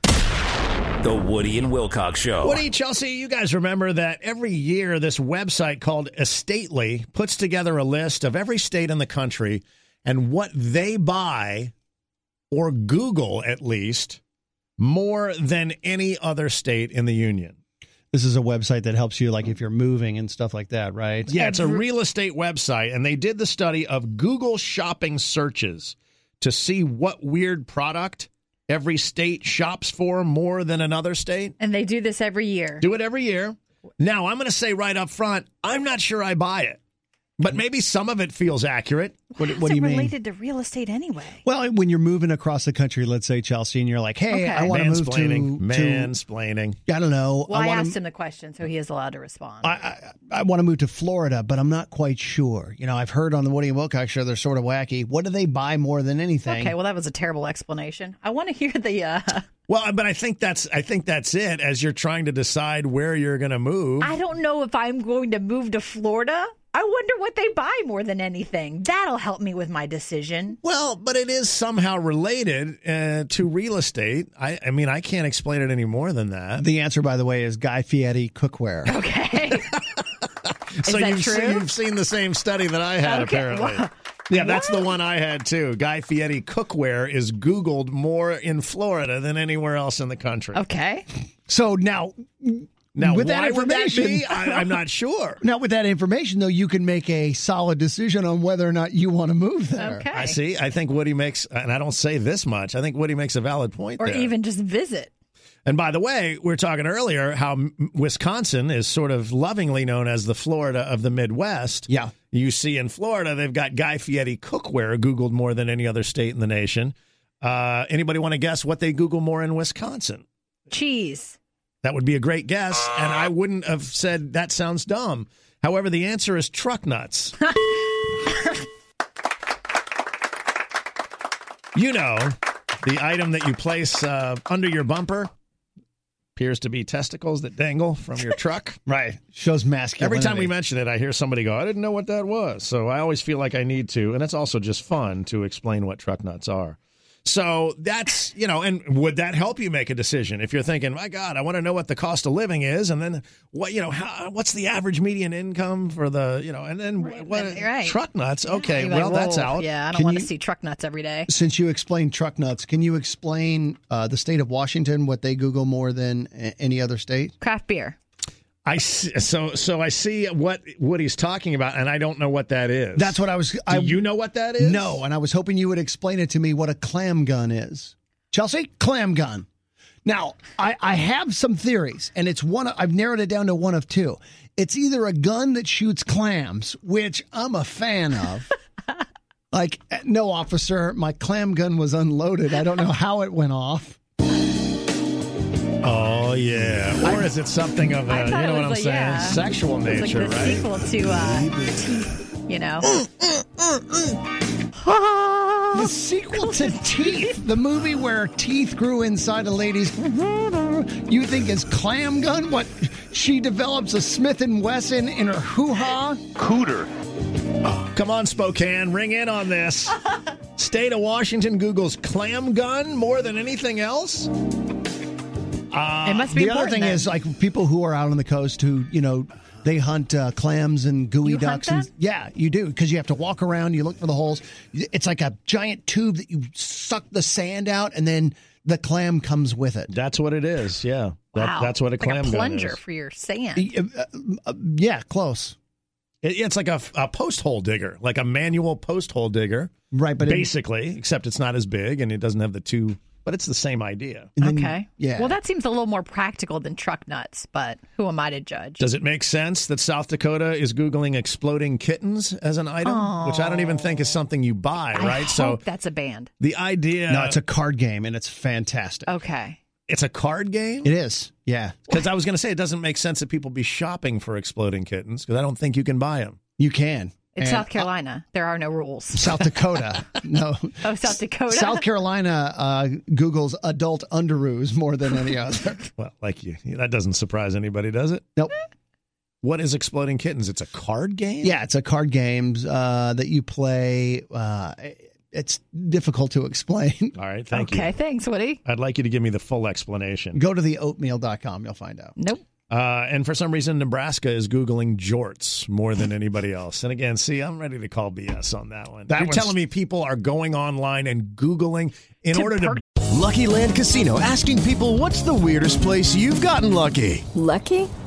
S7: The Woody and Wilcox
S3: Oh,
S7: Show.
S4: Woody, Chelsea, you guys remember that every year this website called Estately puts together a list of every state in the country and what they buy, or Google at least, more than any other state in the union.
S6: This is a website that helps you, like if you're moving and stuff like that, right?
S4: Yeah, it's a real estate website, and they did the study of Google shopping searches to see what weird product every state shops for more than another state.
S5: and they do this every year.
S4: Do it every year. Now, I'm going to say right up front, I'm not sure I buy it, but maybe some of it feels accurate.
S6: What,
S5: How's
S6: what do
S5: it
S6: you mean?
S5: related to real estate anyway?
S6: Well, when you're moving across the country, let's say Chelsea, and you're like, "Hey,
S5: Okay.
S6: I want to move to,
S4: Mansplaining.
S6: to
S4: Mansplaining.
S6: I don't know.
S5: Well, I,
S6: I want
S5: asked
S6: to
S5: him the question, so he is allowed to respond.
S6: I, I, I want to move to Florida, but I'm not quite sure. You know, I've heard on the Woody and Wilcox show they're sort of wacky. What do they buy more than anything?
S5: okay, well, that was a terrible explanation. I want to hear the. Uh,
S4: Well, but I think that's I think that's it as you're trying to decide where you're going to move.
S5: I don't know if I'm going to move to Florida. I wonder what they buy more than anything. That'll help me with my decision.
S4: Well, but it is somehow related uh, to real estate. I, I mean, I can't explain it any more than that.
S6: The answer, by the way, is Guy Fieri cookware.
S5: Okay.
S4: so
S5: that
S4: you've
S5: true?
S4: seen you've seen the same study that I had
S5: Okay,
S4: apparently.
S5: wow.
S4: Yeah, that's the one I had too. Guy Fieri cookware is Googled more in Florida than anywhere else in the country.
S5: Okay.
S6: So now
S4: Now,
S6: with
S4: why
S6: that
S4: would that
S6: information,
S4: be? I- I'm not sure.
S6: Now, with that information, though, you can make a solid decision on whether or not you want to move there.
S4: I see. I think Woody makes, and I don't say this much. I think Woody makes a valid point.
S5: or
S4: there.
S5: even just visit.
S4: And by the way, we were talking earlier how M- Wisconsin is sort of lovingly known as the Florida of the Midwest.
S6: Yeah.
S4: You see in Florida, they've got Guy Fieri cookware Googled more than any other state in the nation. Uh, anybody want to guess what they Google more in Wisconsin?
S5: Cheese.
S4: That would be a great guess. And I wouldn't have said that sounds dumb. However, the answer is truck nuts. you know, the item that you place uh, under your bumper appears to be testicles that dangle from your truck. right.
S6: Shows masculinity.
S4: Every time we mention it, I hear somebody go, I didn't know what that was. So I always feel like I need to. And it's also just fun to explain what truck nuts are. So that's, you know, and would that help you make a decision if you're thinking, my God, I want to know what the cost of living is. And then what, you know, how, what's the average median income for the, you know, and then what,
S5: right.
S4: truck nuts. Okay.
S5: You're
S4: well,
S5: like,
S4: that's
S5: "Whoa,
S4: out.
S5: Yeah, I don't
S6: Can
S5: want to
S6: you-
S5: see truck nuts every day.
S6: Since you explained truck nuts, can you explain uh, the state of Washington, what they Google more than a- any other state?
S5: Craft beer.
S4: I see, so, so I see what, what he's talking about. And I don't know what that is.
S6: That's what I was. I,
S4: Do you know what that is?
S6: No, and I was hoping you would explain it to me what a clam gun is. Chelsea, clam gun. Now, I, I have some theories, and it's one. I've narrowed it down to one of two. It's either a gun that shoots clams, which I'm a fan of. like, no, officer, my clam gun was unloaded. I don't know how it went off.
S4: Oh yeah. Or is it something of a
S5: I
S4: Uh, you
S5: thought it
S4: know what
S5: was
S4: I'm
S5: like,
S4: saying?
S5: yeah.
S4: Sexual
S5: It's like
S4: nature,
S5: the
S4: right?
S5: sequel to, uh, you know.
S6: Mm, the sequel to Teeth, the movie where teeth grew inside a lady's, you think is clam gun? What? She develops a Smith and Wesson in her hoo ha.
S4: Cooter. Come on, Spokane, ring in on this. State of Washington Google's clam gun more than anything else. Uh,
S5: It must be
S6: the other
S5: important
S6: thing
S5: then.
S6: is like people who are out on the coast who you know they hunt uh, clams and gooey
S5: You hunt
S6: ducks and yeah you do because you have to walk around you look for the holes it's like a giant tube that you suck the sand out and then the clam comes with it
S4: that's what it is yeah That-
S5: wow.
S4: That's what a
S5: Like
S4: clam
S5: plunger
S4: gun is.
S5: for your sand.
S6: yeah, close.
S4: uh, It, it's like a, a post hole digger, like a manual post hole digger.
S6: Right, but it-
S4: basically, except it's not as big and it doesn't have the two. But it's the same idea.
S5: okay. Well, that seems a little more practical than truck nuts, but who am I to judge?
S4: Does it make sense that South Dakota is Googling exploding kittens as an item, which I don't even think is something you buy,
S5: I
S4: right?
S5: hope
S4: So
S5: that's a band.
S4: the idea.
S6: no it's a card game and it's fantastic
S5: Okay.
S4: It's a card game?
S6: Oh. It is. Yeah.
S4: Because I was going to say it doesn't make sense that people be shopping for exploding kittens because I don't think you can buy them.
S6: You can.
S5: It's
S6: And-
S5: South Carolina. there are no rules.
S6: South Dakota. no.
S5: Oh, South Dakota.
S6: South Carolina uh, Google's adult underoos more than any other.
S4: Well, like you, that doesn't surprise anybody, does it?
S6: Nope.
S4: What is exploding kittens? It's a card game.
S6: Yeah, it's a card game uh, that you play. Uh, it's difficult to explain.
S4: All right, thank
S5: okay,
S4: you.
S5: thanks, Woody.
S4: I'd like you to give me the full explanation.
S6: Go to the oatmeal.com, you'll find out.
S5: Nope.
S4: Uh, and for some reason, Nebraska is Googling jorts more than anybody else. And again, see, I'm ready to call BS on that one.
S6: That
S4: You're
S6: one's-
S4: telling me people are going online and Googling in
S12: To
S4: order to.
S12: Lucky Land Casino asking people what's the weirdest place you've gotten lucky?
S13: Lucky?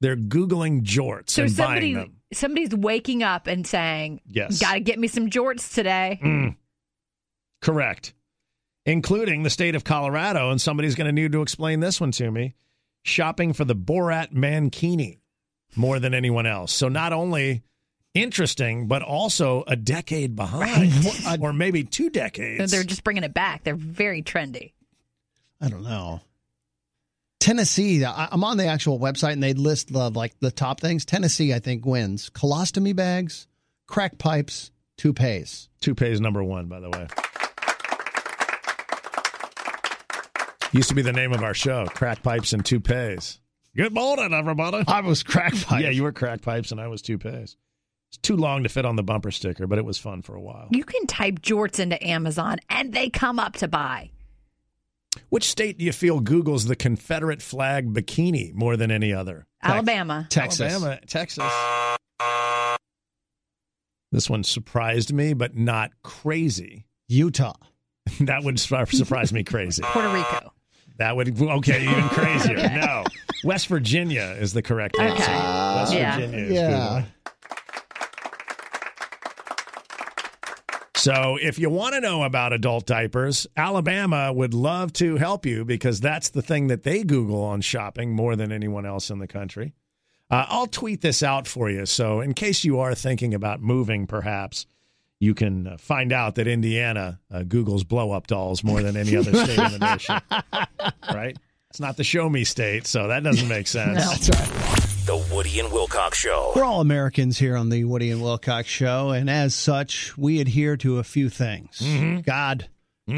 S4: They're googling jorts
S5: So
S4: and
S5: somebody,
S4: buying them.
S5: somebody's waking up and saying,
S4: Yes.
S5: got to get me some jorts today."
S4: Mm. Correct, including the state of Colorado, and somebody's going to need to explain this one to me. Shopping for the Borat mankini more than anyone else. So not only interesting, but also a decade behind, or maybe two decades.
S5: They're just bringing it back. They're very trendy.
S6: I don't know. Tennessee, I- I'm on the actual website and they list the like the top things. Tennessee, I think, wins colostomy bags, crack pipes, toupees.
S4: Toupees number one, by the way. Used to be the name of our show, Crack Pipes and Toupees. Good morning, everybody. I was crack pipes. Yeah, you were crack pipes, and I was toupees. It's too long to fit on the bumper sticker, but it was fun for a while.
S5: You can type jorts into Amazon and they come up to buy.
S4: Which state do you feel Google's the Confederate flag bikini more than any other?
S5: Alabama.
S4: Alabama, Texas. This one surprised me, but not crazy. Utah. That would sur- surprise me crazy.
S5: Puerto Rico.
S4: That would okay, even crazier. No, West Virginia is the correct
S5: Okay.
S4: answer. West
S5: Yeah.
S4: Virginia. Is
S5: Yeah.
S4: Google. So, if you want to know about adult diapers, Alabama would love to help you because that's the thing that they Google on shopping more than anyone else in the country. Uh, I'll tweet this out for you. So, in case you are thinking about moving, perhaps you can uh, find out that Indiana uh, Google's blow up dolls more than any other state in the nation. Right? It's not the show me state, so that doesn't make sense.
S6: That's right.
S7: The Woody and Wilcox Show.
S6: We're all Americans here on the Woody and Wilcox Show, and as such, we adhere to a few things
S7: Mhm.
S6: God,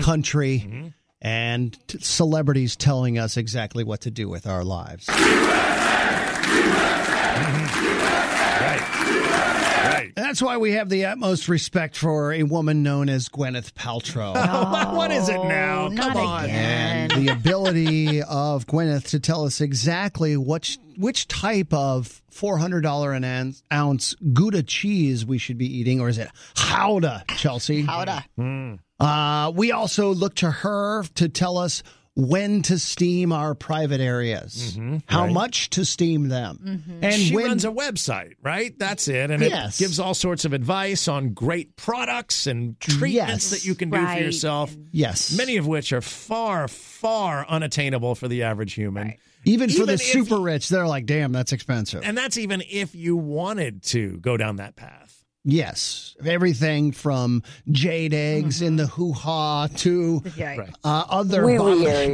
S6: country, and t- celebrities telling us exactly what to do with our lives. That's why we have the utmost respect for a woman known as Gwyneth Paltrow.
S4: Oh,
S15: Oh,
S4: what is it now? Come on.
S6: and the ability of Gwyneth to tell us exactly which which type of four hundred dollar an ounce- ounce Gouda cheese we should be eating, or is it Howda, Chelsea? Howda. Uh, we also look to her to tell us when to steam our private areas, how
S4: Mm-hmm. right.
S6: much to steam them,
S4: And she
S6: when
S4: runs a website, right? That's it. And it
S6: Yes.
S4: gives all sorts of advice on great products and treatments
S6: Yes.
S4: that you can do for
S6: Right.
S4: yourself.
S6: Yes.
S4: Many of which are far, far unattainable for the average human.
S6: even for the
S4: if-
S6: super rich, they're like, "Damn, that's expensive."
S4: And that's even if you wanted to go down that path.
S6: Yes, everything from jade eggs in the hoo ha to uh, other
S4: Wee-wee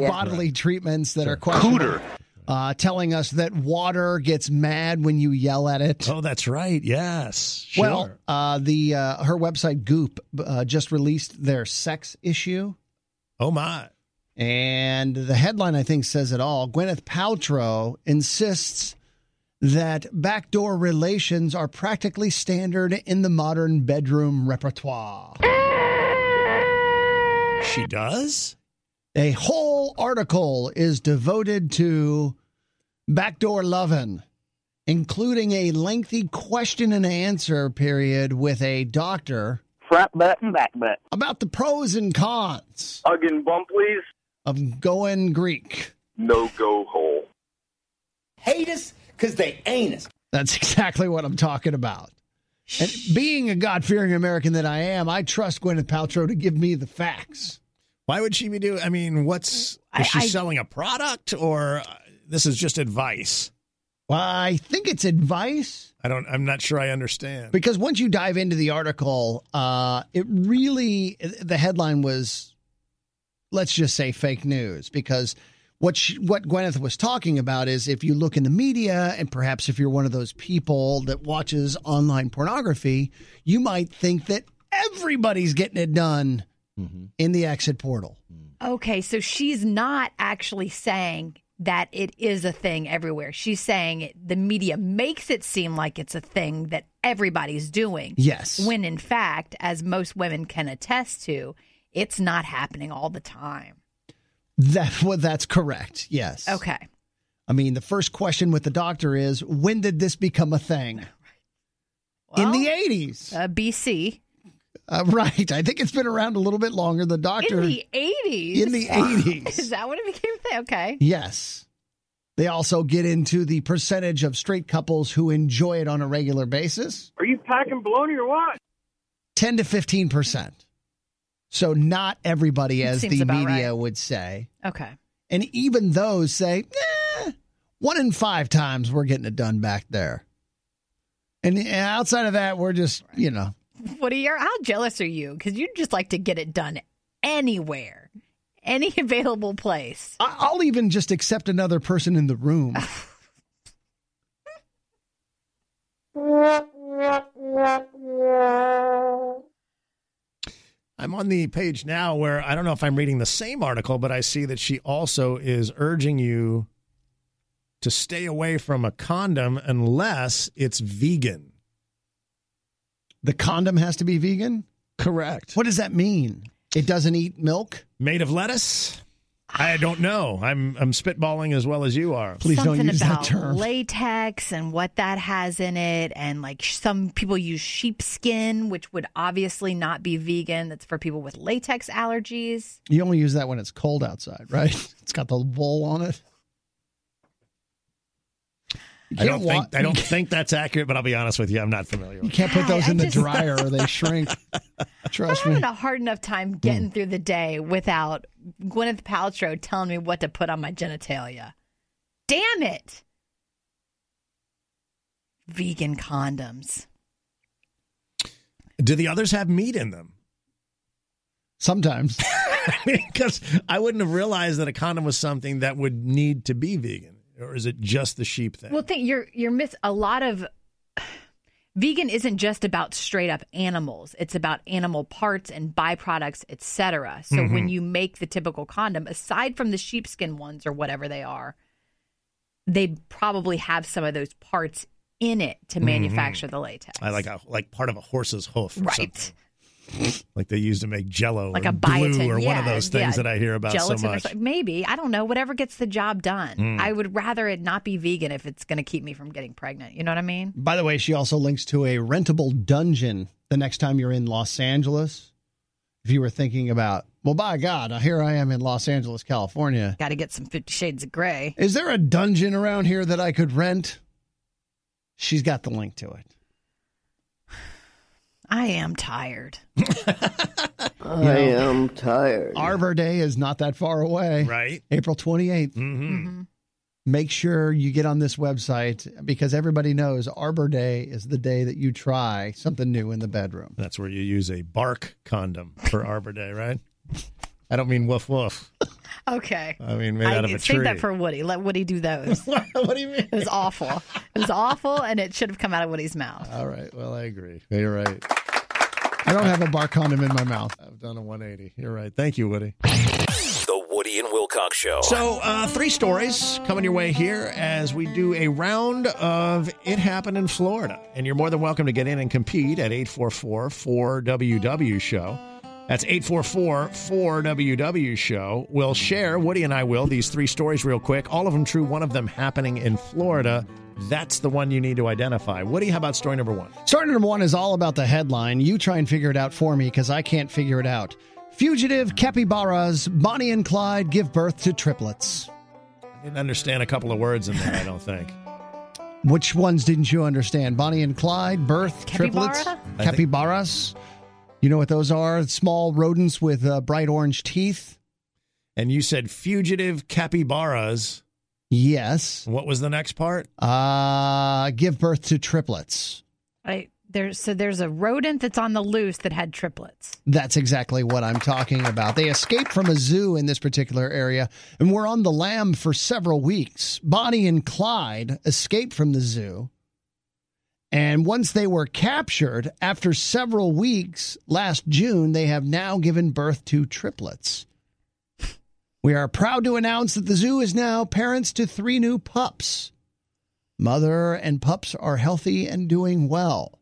S6: bod- bodily,
S4: area.
S6: treatments that are questionable. Uh, telling us that water gets mad when you yell at it.
S4: Oh, that's right. Yes.
S6: Well, uh, the uh, her website Goop uh, just released their sex issue.
S4: Oh my!
S6: And the headline I think says it all. Gwyneth Paltrow insists that backdoor relations are practically standard in the modern bedroom repertoire.
S4: She does?
S6: A whole article is devoted to backdoor lovin', including a lengthy question and answer period with a doctor.
S1: Front butt and back butt.
S6: About the pros and cons
S1: Hug and bump, please.
S6: of going Greek.
S1: No go hole.
S6: Hate us because they ain't us. That's exactly what I'm talking about. And being a God fearing American that I am, I trust Gwyneth Paltrow to give me the facts.
S4: Why would she be doing? I mean, what's is she selling a product or uh, this is just advice?
S6: Well, I think it's advice.
S4: I don't. I'm not sure I understand.
S6: Because once you dive into the article, uh, it really the headline was, let's just say fake news. Because what she, what Gwyneth was talking about is if you look in the media, and perhaps if you're one of those people that watches online pornography, you might think that everybody's getting it done in the exit portal.
S5: Okay, so she's not actually saying that it is a thing everywhere. She's saying it- the media makes it seem like it's a thing that everybody's doing.
S6: Yes.
S5: When in fact, as most women can attest to, it's not happening all the time.
S6: That well, that's correct. Yes.
S5: Okay.
S6: I mean, the first question with the doctor is, when did this become a thing? in the 80s.
S5: Uh, BC.
S6: Uh, right. I think it's been around a little bit longer. The doctor.
S5: In the 80s.
S6: In the 80s.
S5: Is that what it became? a thing? Okay.
S6: yes. They also get into the percentage of straight couples who enjoy it on a regular basis
S20: Are you packing bologna or what?
S6: 10 to 15%. So, not everybody, as
S5: Seems
S6: the
S5: about
S6: media would say.
S5: Okay.
S6: And even those say, "Eh, one in five times we're getting it done back there. And uh, outside of that, we're just, you know,
S5: What are your, how jealous are you? Because you just like to get it done anywhere, any available place.
S6: I- I'll even just accept another person in the room.
S4: I'm on the page now where I don't know if I'm reading the same article, but I see that she also is urging you to stay away from a condom unless it's vegan.
S6: The condom has to be vegan?
S4: Correct.
S6: What does that mean? It doesn't eat milk?
S4: Made of lettuce? I don't know. I'm I'm spitballing as well as you are.
S5: Something about latex and what that has in it, and like sh- some people use sheepskin, which would obviously not be vegan. That's for people with latex allergies.
S6: You only use that when it's cold outside, right? It's got the wool on it. You
S4: I don't
S6: can't wa-
S4: think I don't think that's accurate, but I'll be honest with you, I'm not familiar.
S6: You can't put
S5: God,
S6: those
S5: I
S6: in the
S5: just-
S6: dryer or they shrink. Trust
S5: I'm
S6: me. Mm.
S5: having a hard enough time getting through the day without Gwyneth Paltrow telling me what to put on my genitalia. Damn it! Vegan condoms.
S4: Do the others have meat in them?
S6: Sometimes.
S4: Because I wouldn't have realized that a condom was something that would need to be vegan. Or is it just the sheep thing?
S5: Well, think you're you're miss a lot of vegan isn't just about straight up animals. It's about animal parts and byproducts, etc. So
S4: Mm-hmm.
S5: when
S20: Mhm.
S5: you make the typical condom, aside from the sheepskin ones or whatever they are, they probably have some of those parts in it to
S4: Mhm.
S5: manufacture the latex.
S4: I like a like part of a horse's hoof, or
S5: Right.
S4: something. Like they use to make Jello,
S5: Like
S4: or
S5: a biotin,
S4: Oh, glue, or one
S5: yeah,
S4: of those things
S5: yeah.
S4: that I hear about
S5: Gelatin
S4: so
S5: or
S4: much.
S5: something. Maybe I don't know. Whatever gets the job done.
S6: Mm.
S5: I would rather it not be vegan if it's going to keep me from getting pregnant. You know what I mean?
S6: By the way, she also links to a rentable dungeon the next time you're in Los Angeles. If you were thinking about, well, by God, here I am in Los Angeles, California.
S5: Got to get some Fifty Shades of Grey.
S6: Is there a dungeon around here that I could rent? She's got the link to it.
S5: I am tired.
S6: You know,
S15: am tired.
S6: Arbor Day is not that far away.
S4: Right.
S6: April 28th.
S4: Mm-hmm.
S6: Make sure you get on this website because everybody knows Arbor Day is the day that you try something new in the bedroom.
S4: That's where you use a bark condom for Arbor Day, right? I don't mean woof woof.
S5: Okay.
S4: I mean made out of a
S5: save
S4: tree.
S5: that for Woody. Let Woody do those.
S4: what do you mean? It
S5: was awful. It was awful, and it should have come out of Woody's mouth.
S4: All right. Well, I agree.
S6: You're right. I don't have a bar condom in my mouth.
S4: I've done a 180. You're right. Thank you, Woody.
S7: The Woody and Wilcox Show.
S4: So, uh, three stories coming your way here as we do a round of It Happened in Florida. And you're more than welcome to get in and compete at 844 4WW Show. That's 844 4WW Show. We'll share, Woody and I will, these three stories real quick. All of them true, one of them happening in Florida. That's the one you need to identify. Woody, how about story number one?
S6: Story number one is all about the headline. You try and figure it out for me because I can't figure it out. Fugitive capybaras, Bonnie and Clyde give birth to triplets.
S4: I didn't understand a couple of words in there, I don't think.
S6: Which ones didn't you understand? Bonnie and Clyde, birth,
S4: Capybara? I
S6: triplets,
S4: think-
S6: capybaras. You know what those are? Small rodents with uh, bright orange teeth.
S4: And you said fugitive capybaras.
S6: Yes.
S4: What was the next part?
S6: Uh, give birth to triplets.
S5: I, there's so there's a rodent that's on the loose that had triplets.
S6: That's exactly what I'm talking about. They escaped from a zoo in this particular area and were on the lam for several weeks. Bonnie and Clyde escaped from the zoo. And once they were captured, after several weeks last June, they have now given birth to triplets. We are proud to announce that the zoo is now parents to three new pups. Mother and pups are healthy and doing well.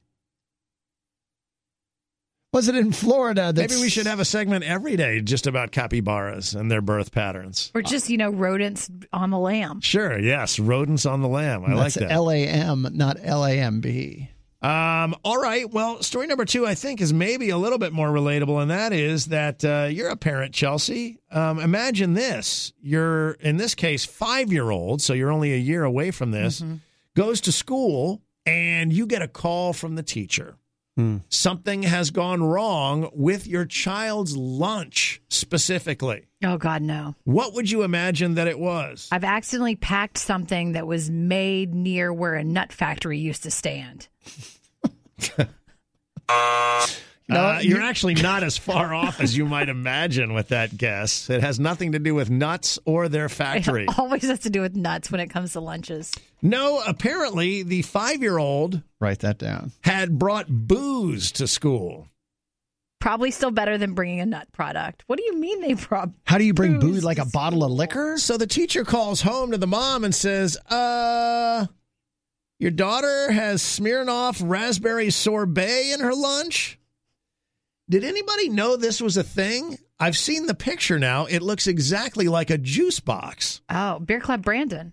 S6: Was it in Florida that
S4: Maybe we should have a segment every day just about capybaras and their birth patterns.
S5: Or just, you know, rodents on the lamb.
S4: Sure, yes, rodents on the lamb. I
S6: That's
S4: like that.
S6: L A M, not L A M B. E.
S4: um, all right. Well, story number two, I think, is maybe a little bit more relatable, and that is that uh, you're a parent, Chelsea. Um, imagine this: you're in this case five year old, so you're only a year away from this.
S6: Mm-hmm.
S4: Goes to school, and you get a call from the teacher. Something has gone wrong with your child's lunch specifically.
S5: Oh God, no!
S4: What would you imagine that it was?
S5: I've accidentally packed something that was made near where a nut factory used to stand.
S4: Uh, you're actually not as far off as you might imagine with that guess. It has nothing to do with nuts or their factory.
S5: It always has to do with nuts when it comes to lunches.
S4: No, apparently the five year old
S6: Write that down.
S4: had brought booze to school.
S5: Probably still better than bringing a nut product. What do you mean they prob?
S4: How do you bring booze like a bottle of liquor? So the teacher calls home to the mom and says, "Uh, your daughter has Smirnoff raspberry sorbet in her lunch." Did anybody know this was a thing? I've seen the picture now. It looks exactly like a juice box.
S5: Oh, Beer Club Brandon.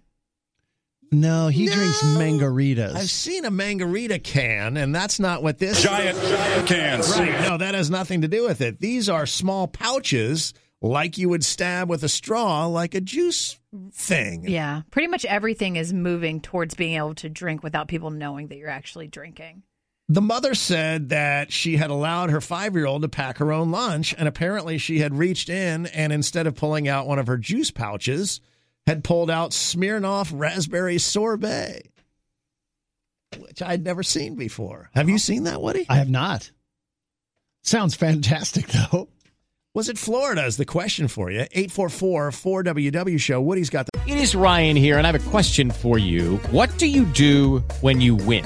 S4: No, he drinks mangaritas. I've seen a mangarita can, and that's not what this
S3: Giant, giant cans.
S4: Right. No, that has nothing to do with it. These are small pouches, like you would stab with a straw, like a juice thing.
S5: Yeah, pretty much everything is moving towards being able to drink without people knowing that you're actually drinking.
S4: The mother said that she had allowed her five year old to pack her own lunch, and apparently she had reached in and instead of pulling out one of her juice pouches, had pulled out Smirnoff raspberry sorbet, which I'd never seen before. Have you seen that, Woody? I have not. Sounds fantastic, though. Was it Florida? Is the question for you. 844 4WW Show. Woody's got the.
S27: It is Ryan here, and I have a question for you. What do you do when you win?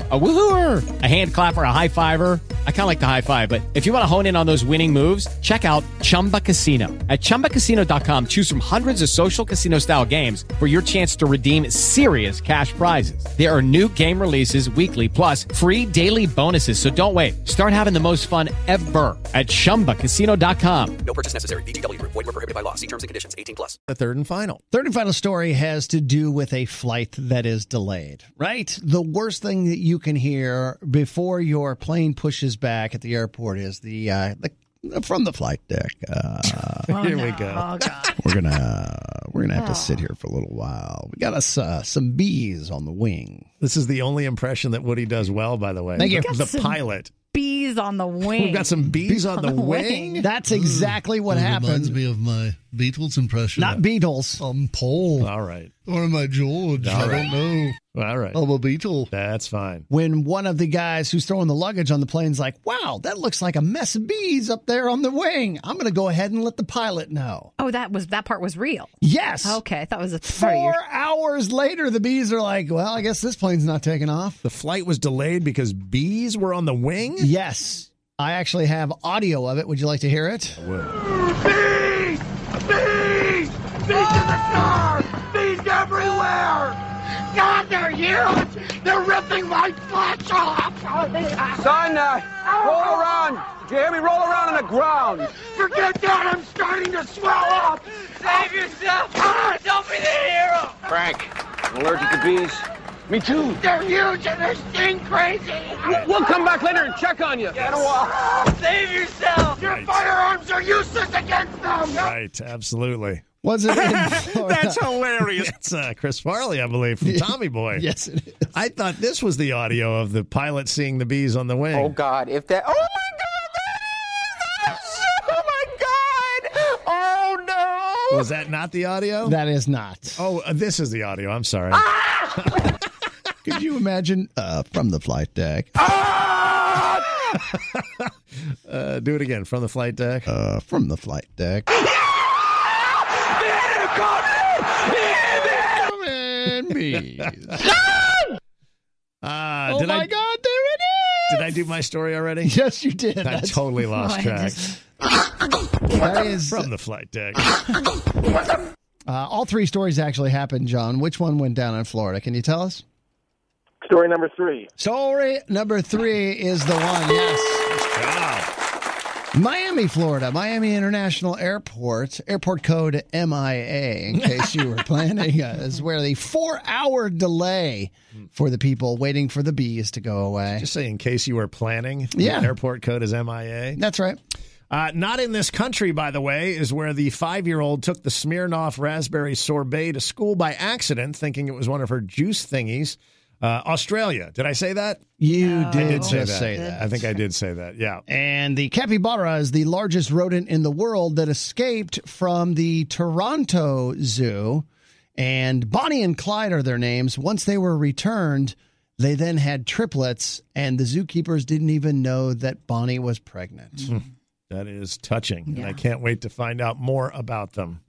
S27: A woohooer, a hand clapper, a high fiver. I kind of like the high five, but if you want to hone in on those winning moves, check out Chumba Casino. At chumbacasino.com, choose from hundreds of social casino style games for your chance to redeem serious cash prizes. There are new game releases weekly, plus free daily bonuses. So don't wait. Start having the most fun ever at chumbacasino.com.
S2: No purchase necessary. VGW Group. Void were prohibited by law. See terms and conditions. 18 plus.
S4: The third and final.
S6: Third and final story has to do with a flight that is delayed, right? The worst thing that you can hear before your plane pushes back at the airport is the, uh, the from the flight deck. Uh,
S4: Here we go.
S6: we're gonna we're gonna have to sit here for a little while. We got us uh, some bees on the wing.
S4: This is the only impression that Woody does well, by the way.
S6: Thank you.
S4: the, the pilot.
S5: Bees on the wing.
S4: We've got some bees on, the, wing. Mm.
S6: That's exactly what
S20: It
S6: happened.
S20: Reminds me of my Beatles impression.
S6: Not Beatles. Um, Paul.
S4: All right.
S20: Or am I George?
S4: All
S20: I
S4: right.
S20: don't know.
S4: All right.
S6: I'm
S4: a beetle. That's fine.
S6: When one of the guys who's throwing the luggage on the plane's like, "Wow, that looks like a mess of bees up there on the wing," I'm going to go ahead and let the pilot know.
S5: Oh, that was that part was real.
S6: Yes.
S5: Okay, I thought it was a part of
S6: Four
S5: your
S6: hours later, the bees are like, "Well, I guess this plane's not taking off."
S4: The flight was delayed because bees were on the wing.
S6: Yes, I actually have audio of it. Would you like to hear it?
S15: Bees in the car! Bees everywhere! God, they're huge! They're ripping my flesh off! Son, uh, roll around! Did you hear me? Roll around on the ground! Forget that! I'm starting to swell up! Save yourself! Don't be the hero!
S11: Frank, I'm allergic to bees. Me too.
S15: They're huge and they're sting crazy!
S11: We'll come back later and check on you. In a while.
S15: Save yourself! Oh Your firearms are useless against them!
S4: Right. Absolutely.
S6: Was it?
S4: That's hilarious. It's uh, Chris Farley, I believe, from Tommy Boy.
S6: yes, it is.
S4: I thought this was the audio of the pilot seeing the bees on the wing.
S11: Oh God! If that. Oh my God! Oh my God! Oh no!
S4: Was that not the audio?
S6: That is not.
S4: Oh, uh, this is the audio. I'm sorry.
S11: Ah!
S6: Could you imagine uh, from the flight deck?
S4: Uh, do it again from the flight deck.
S6: Uh, from the flight deck. Come in, bees.
S4: Uh,
S6: oh
S4: did
S6: my
S4: I,
S6: God, there it is!
S4: Did I do my story already?
S6: Yes, you did.
S4: I
S6: That's-
S4: totally lost
S6: I
S4: track.
S6: just- That is, uh,
S4: From the flight deck.
S6: all three stories actually happened, John. Which one went down in Florida? Can you tell us?
S1: Story number three.
S6: Story number three is the one. Yes. Miami, Florida, Miami International Airport, airport code MIA, in case you were planning, uh, is where the four hour delay for the people waiting for the bees to go away.
S4: Just say in case you were planning.
S6: Yeah.
S4: The airport code is MIA.
S6: That's right.
S4: Uh, not in this country, by the way, is where the five year old took the Smirnoff raspberry sorbet to school by accident, thinking it was one of her juice thingies. Uh, Australia. Did I say that?
S6: You
S4: I
S6: did,
S4: did say
S6: just
S4: that.
S6: say that.
S4: I think I did say that. Yeah.
S6: And the capybara is the largest rodent in the world that escaped from the Toronto Zoo. And Bonnie and Clyde are their names. Once they were returned, they then had triplets, and the zookeepers didn't even know that Bonnie was pregnant.
S4: That is touching. And I can't wait to find out more about them.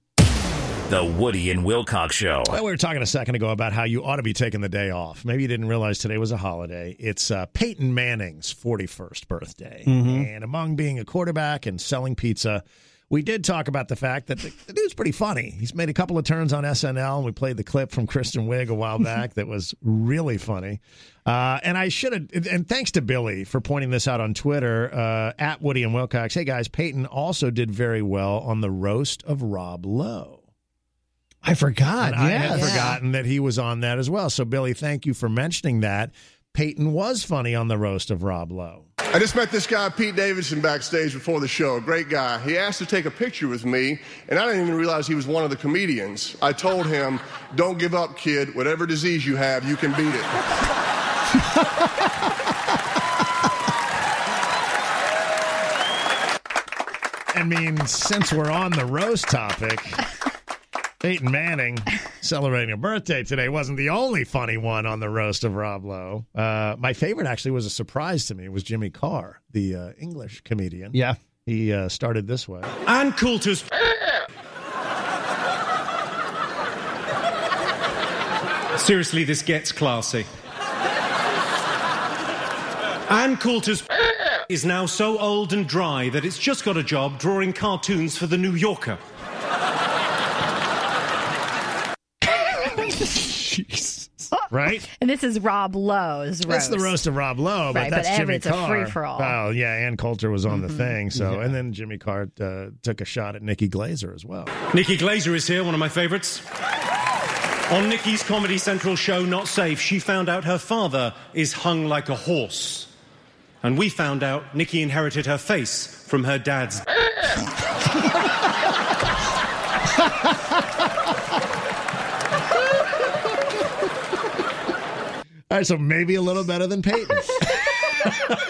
S3: The Woody and Wilcox Show.
S4: Well, we were talking a second ago about how you ought to be taking the day off. Maybe you didn't realize today was a holiday. It's uh, Peyton Manning's 41st birthday.
S16: Mhm.
S4: And among being a quarterback and selling pizza, we did talk about the fact that the, the dude's pretty funny. He's made a couple of turns on SNL, and we played the clip from Kristen Wiig a while back that was really funny. Uh, and I should have, and thanks to Billy for pointing this out on Twitter uh, at Woody and Wilcox. Hey guys, Peyton also did very well on the roast of Rob Lowe.
S6: I forgot.
S4: And I had forgotten that he was on that as well. So, Billy, thank you for mentioning that. Peyton was funny on the roast of Rob Lowe.
S18: I just met this guy, Pete Davidson, backstage before the show. A great guy. He asked to take a picture with me, and I didn't even realize he was one of the comedians. I told him, Don't give up, kid. Whatever disease you have, you can beat it.
S4: I mean, since we're on the roast topic, Peyton Manning celebrating a birthday today wasn't the only funny one on the roast of Rob Lowe. Uh, my favorite actually was a surprise to me. It was Jimmy Carr, the uh, English comedian. Yeah. He uh, started this way. I'm cool to.
S19: Seriously, this gets classy. Ann Coulter's is now so old and dry that it's just got a job drawing cartoons for The New Yorker.
S4: Right?
S5: Oh, And this is Rob Lowe's roast.
S4: That's the roast of Rob Lowe, but
S5: Right,
S4: that's
S5: but
S4: Jimmy
S5: it's a
S4: Carr.
S5: free-for-all. Mm-hmm.
S4: Oh yeah, Ann Coulter was on the thing. So,
S19: Yeah.
S4: and then Jimmy Carr uh, took a shot at Nikki Glazer as well.
S19: Nikki Glazer is here, one of my favourites. On Nikki's Comedy Central show, Not Safe, she found out her father is hung like a horse. And we found out Nikki inherited her face from her dad's.
S21: Oh
S4: All right, so maybe a little better than Peyton.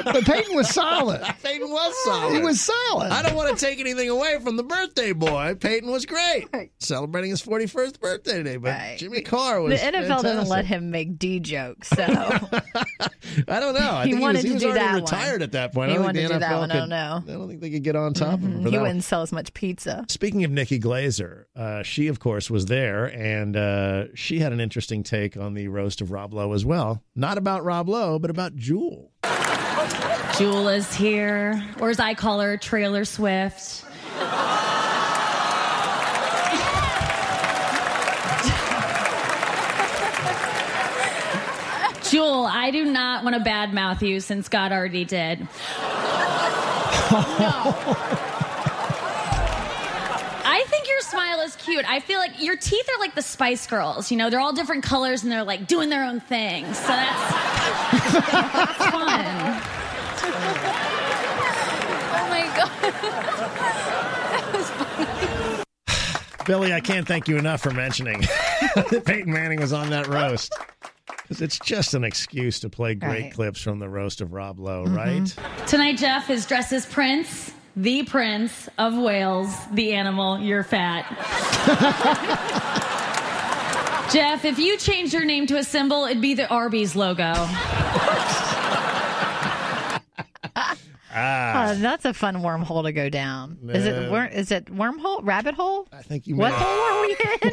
S6: but Peyton was solid.
S4: Peyton was solid.
S6: He was solid.
S4: I don't want to take anything away from the birthday boy. Peyton was great, celebrating his forty-first birthday today. But Jimmy Carr
S5: The
S4: was
S5: NFL doesn't let
S4: fantastic.
S5: him make D jokes, so
S4: I don't know. I
S5: He
S4: think
S5: wanted
S4: he
S5: to
S4: was,
S5: do
S4: he was already
S5: that one.
S4: retired at that point. I
S5: he
S4: don't
S5: wanted to
S4: think
S5: do
S4: the
S5: that
S4: NFL
S5: one. I
S4: could-
S5: don't know. Mm-hmm.
S4: I don't think they could get on top of him. For
S5: He
S4: that one.
S5: wouldn't sell as much pizza.
S4: Speaking of Nikki Glazer, uh, she of course was there, and uh, she had an interesting take on the roast of Rob Lowe as well. Not about Rob Lowe, but about Jewel.
S21: Jewel is here, or as I call her, Trailer Swift. Jewel, I do not want to badmouth you since God already did. I think your smile is cute. I feel like your teeth are like the Spice Girls. You know, they're all different colors and they're like doing their own thing. So that's, that's fun. Oh my god. that was funny.
S4: Billy, I can't thank you enough for mentioning that Peyton Manning was on that roast. 'Cause it's just an excuse to play great
S21: Right.
S4: clips from the roast of Rob Lowe, right?
S21: Tonight, Jeff is dressed as Prince, the Prince of Wales, the animal. You're fat. Jeff, if you changed your name to a symbol, it'd be the Arby's logo.
S4: Ah,
S15: Uh,
S5: Oh, that's a fun wormhole to go down. Is it
S4: No.
S5: wor- is it wormhole? Rabbit hole? I
S4: think you.
S5: What
S4: may-
S5: hole are we in?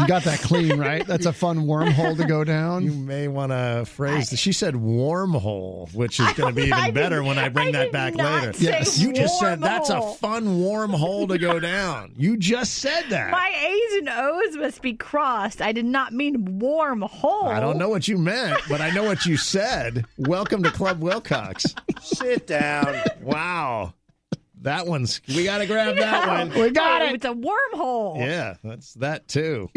S6: You got that clean, right? That's a fun wormhole to go down.
S4: You may want to phrase this. She said wormhole, which is going to be even
S6: I did-
S4: better when I bring that back
S6: not
S4: later.
S6: say Yes.
S4: You just said that's a
S5: wormhole.
S4: fun warm hole to go down. You just said that.
S5: My A's and O's must be crossed. I did not mean wormhole.
S4: I don't know what you meant, but I know what you said. Welcome to Club Wilcox. Sit down. Wow. That one's, we got to grab that
S5: No.
S4: one.
S5: Oh, It's a wormhole.
S4: Yeah, that's that too.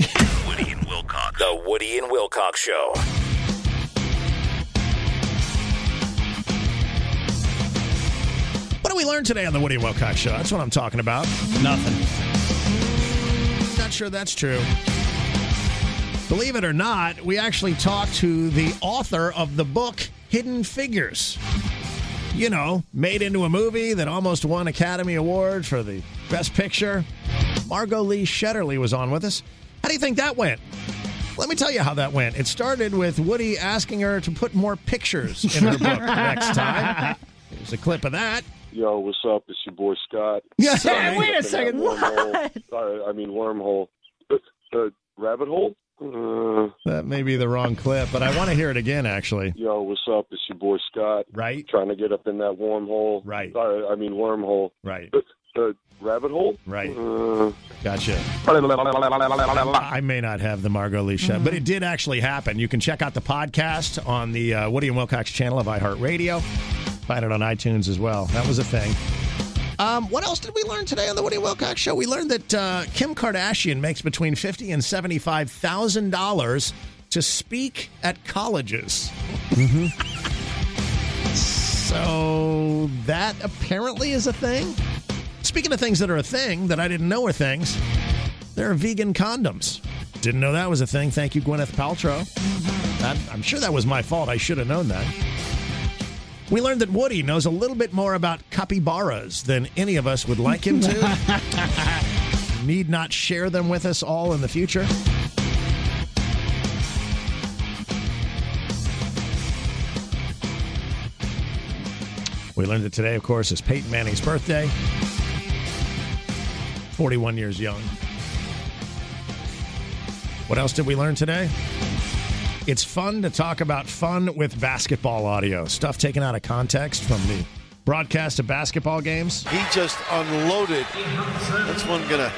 S7: Woody and Wilcox. The Woody and Wilcox Show.
S4: What do we learn today on the Woody and Wilcox Show? That's what I'm talking about. Nothing. Not sure that's true. Believe it or not, we actually talked to the author of the book Hidden Figures. You know, made into a movie that almost won Academy Award for the Best Picture. Margot Lee Shetterly was on with us. How do you think that went? Let me tell you how that went. It started with Woody asking her to put more pictures in her book next time. There's a clip of that.
S28: Yo, what's up? It's your boy Scott.
S29: Hey, wait a second.
S28: Wormhole. Uh, I mean, wormhole. Uh, rabbit hole? Uh,
S4: That may be the wrong clip, but I want to hear it again, actually.
S28: yo, what's up? It's your boy Scott.
S4: Right.
S28: Trying to get up in that wormhole. Right. Uh, I mean, wormhole.
S4: Right.
S28: Uh, rabbit hole?
S4: Right.
S28: Uh,
S4: Gotcha. I may not have the Margot Lee shot, but it did actually happen. You can check out the podcast on the uh, Woody and Wilcox channel of iHeartRadio. Find it on iTunes as well. That was a thing. Um, what else did we learn today on the Woody Wilcox Show? We learned that uh, Kim Kardashian makes between fifty and seventy-five thousand dollars to speak at colleges. Mm-hmm. So that apparently is a thing. Speaking of things that are a thing that I didn't know were things, there are vegan condoms. Didn't know that was a thing. Thank you, Gwyneth Paltrow. I'm, I'm sure that was my fault. I should have known that. We learned that Woody knows a little bit more about capybaras than any of us would like him to. Need not share them with us all in the future. We learned that today, of course, is Peyton Manning's birthday. 41 years young. What else did we learn today? It's fun to talk about fun with basketball audio, stuff taken out of context from the broadcast of basketball games.
S10: He just unloaded. That's one gonna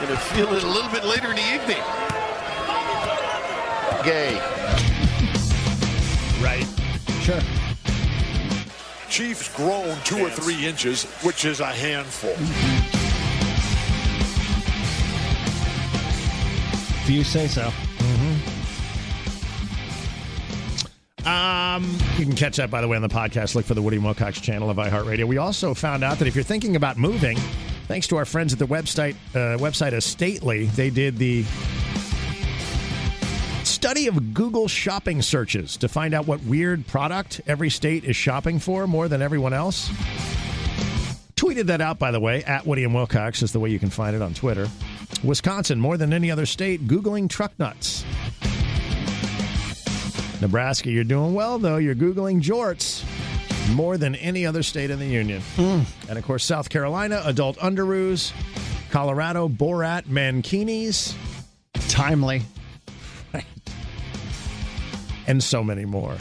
S10: gonna feel it a little bit later in the evening. Gay.
S4: Right. Sure.
S10: Chiefs grown two or three inches, which is a handful.
S30: If you say so.
S4: Um, you can catch that, by the way, on the podcast. Look for the Woody and Wilcox channel of iHeartRadio. We also found out that if you're thinking about moving, thanks to our friends at the website uh, website Estately, they did the study of Google shopping searches to find out what weird product every state is shopping for more than everyone else. Tweeted that out, by the way, at Woody and Wilcox is the way you can find it on Twitter. Wisconsin, more than any other state, Googling truck nuts. Nebraska, you're doing well, though. You're Googling jorts more than any other state in the union. And of course, South Carolina, adult underoos. Colorado, Borat, mankinis. Timely. Right. And so many more.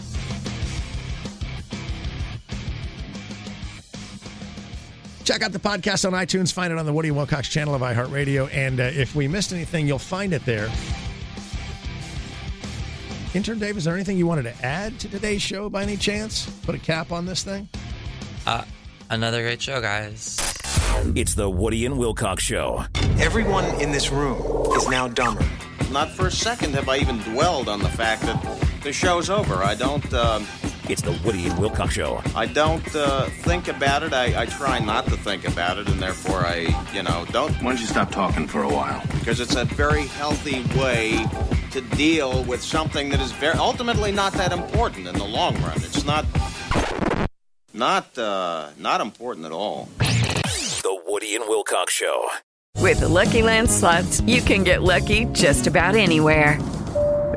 S4: Check out the podcast on iTunes. Find it on the Woody and Wilcox channel of iHeartRadio. And uh, if we missed anything, you'll find it there. Intern Dave, is there anything you wanted to add to today's show by any chance? Put a cap on this thing?
S31: Uh, another great show, guys.
S3: It's the Woody and Wilcox Show.
S23: Everyone in this room is now dumber. Not for a second have I even dwelled on the fact that the show's over. I don't. Uh,
S3: it's the Woody and Wilcox Show.
S23: I don't uh, think about it. I, I try not to think about it, and therefore I, you know, don't. Why don't you stop talking for a while? Because it's a very healthy way to deal with something that is very ultimately not that important in the long run. It's not. Not uh, not important at all.
S3: The Woody and Wilcox Show.
S24: With the Lucky Land slots, you can get lucky just about anywhere.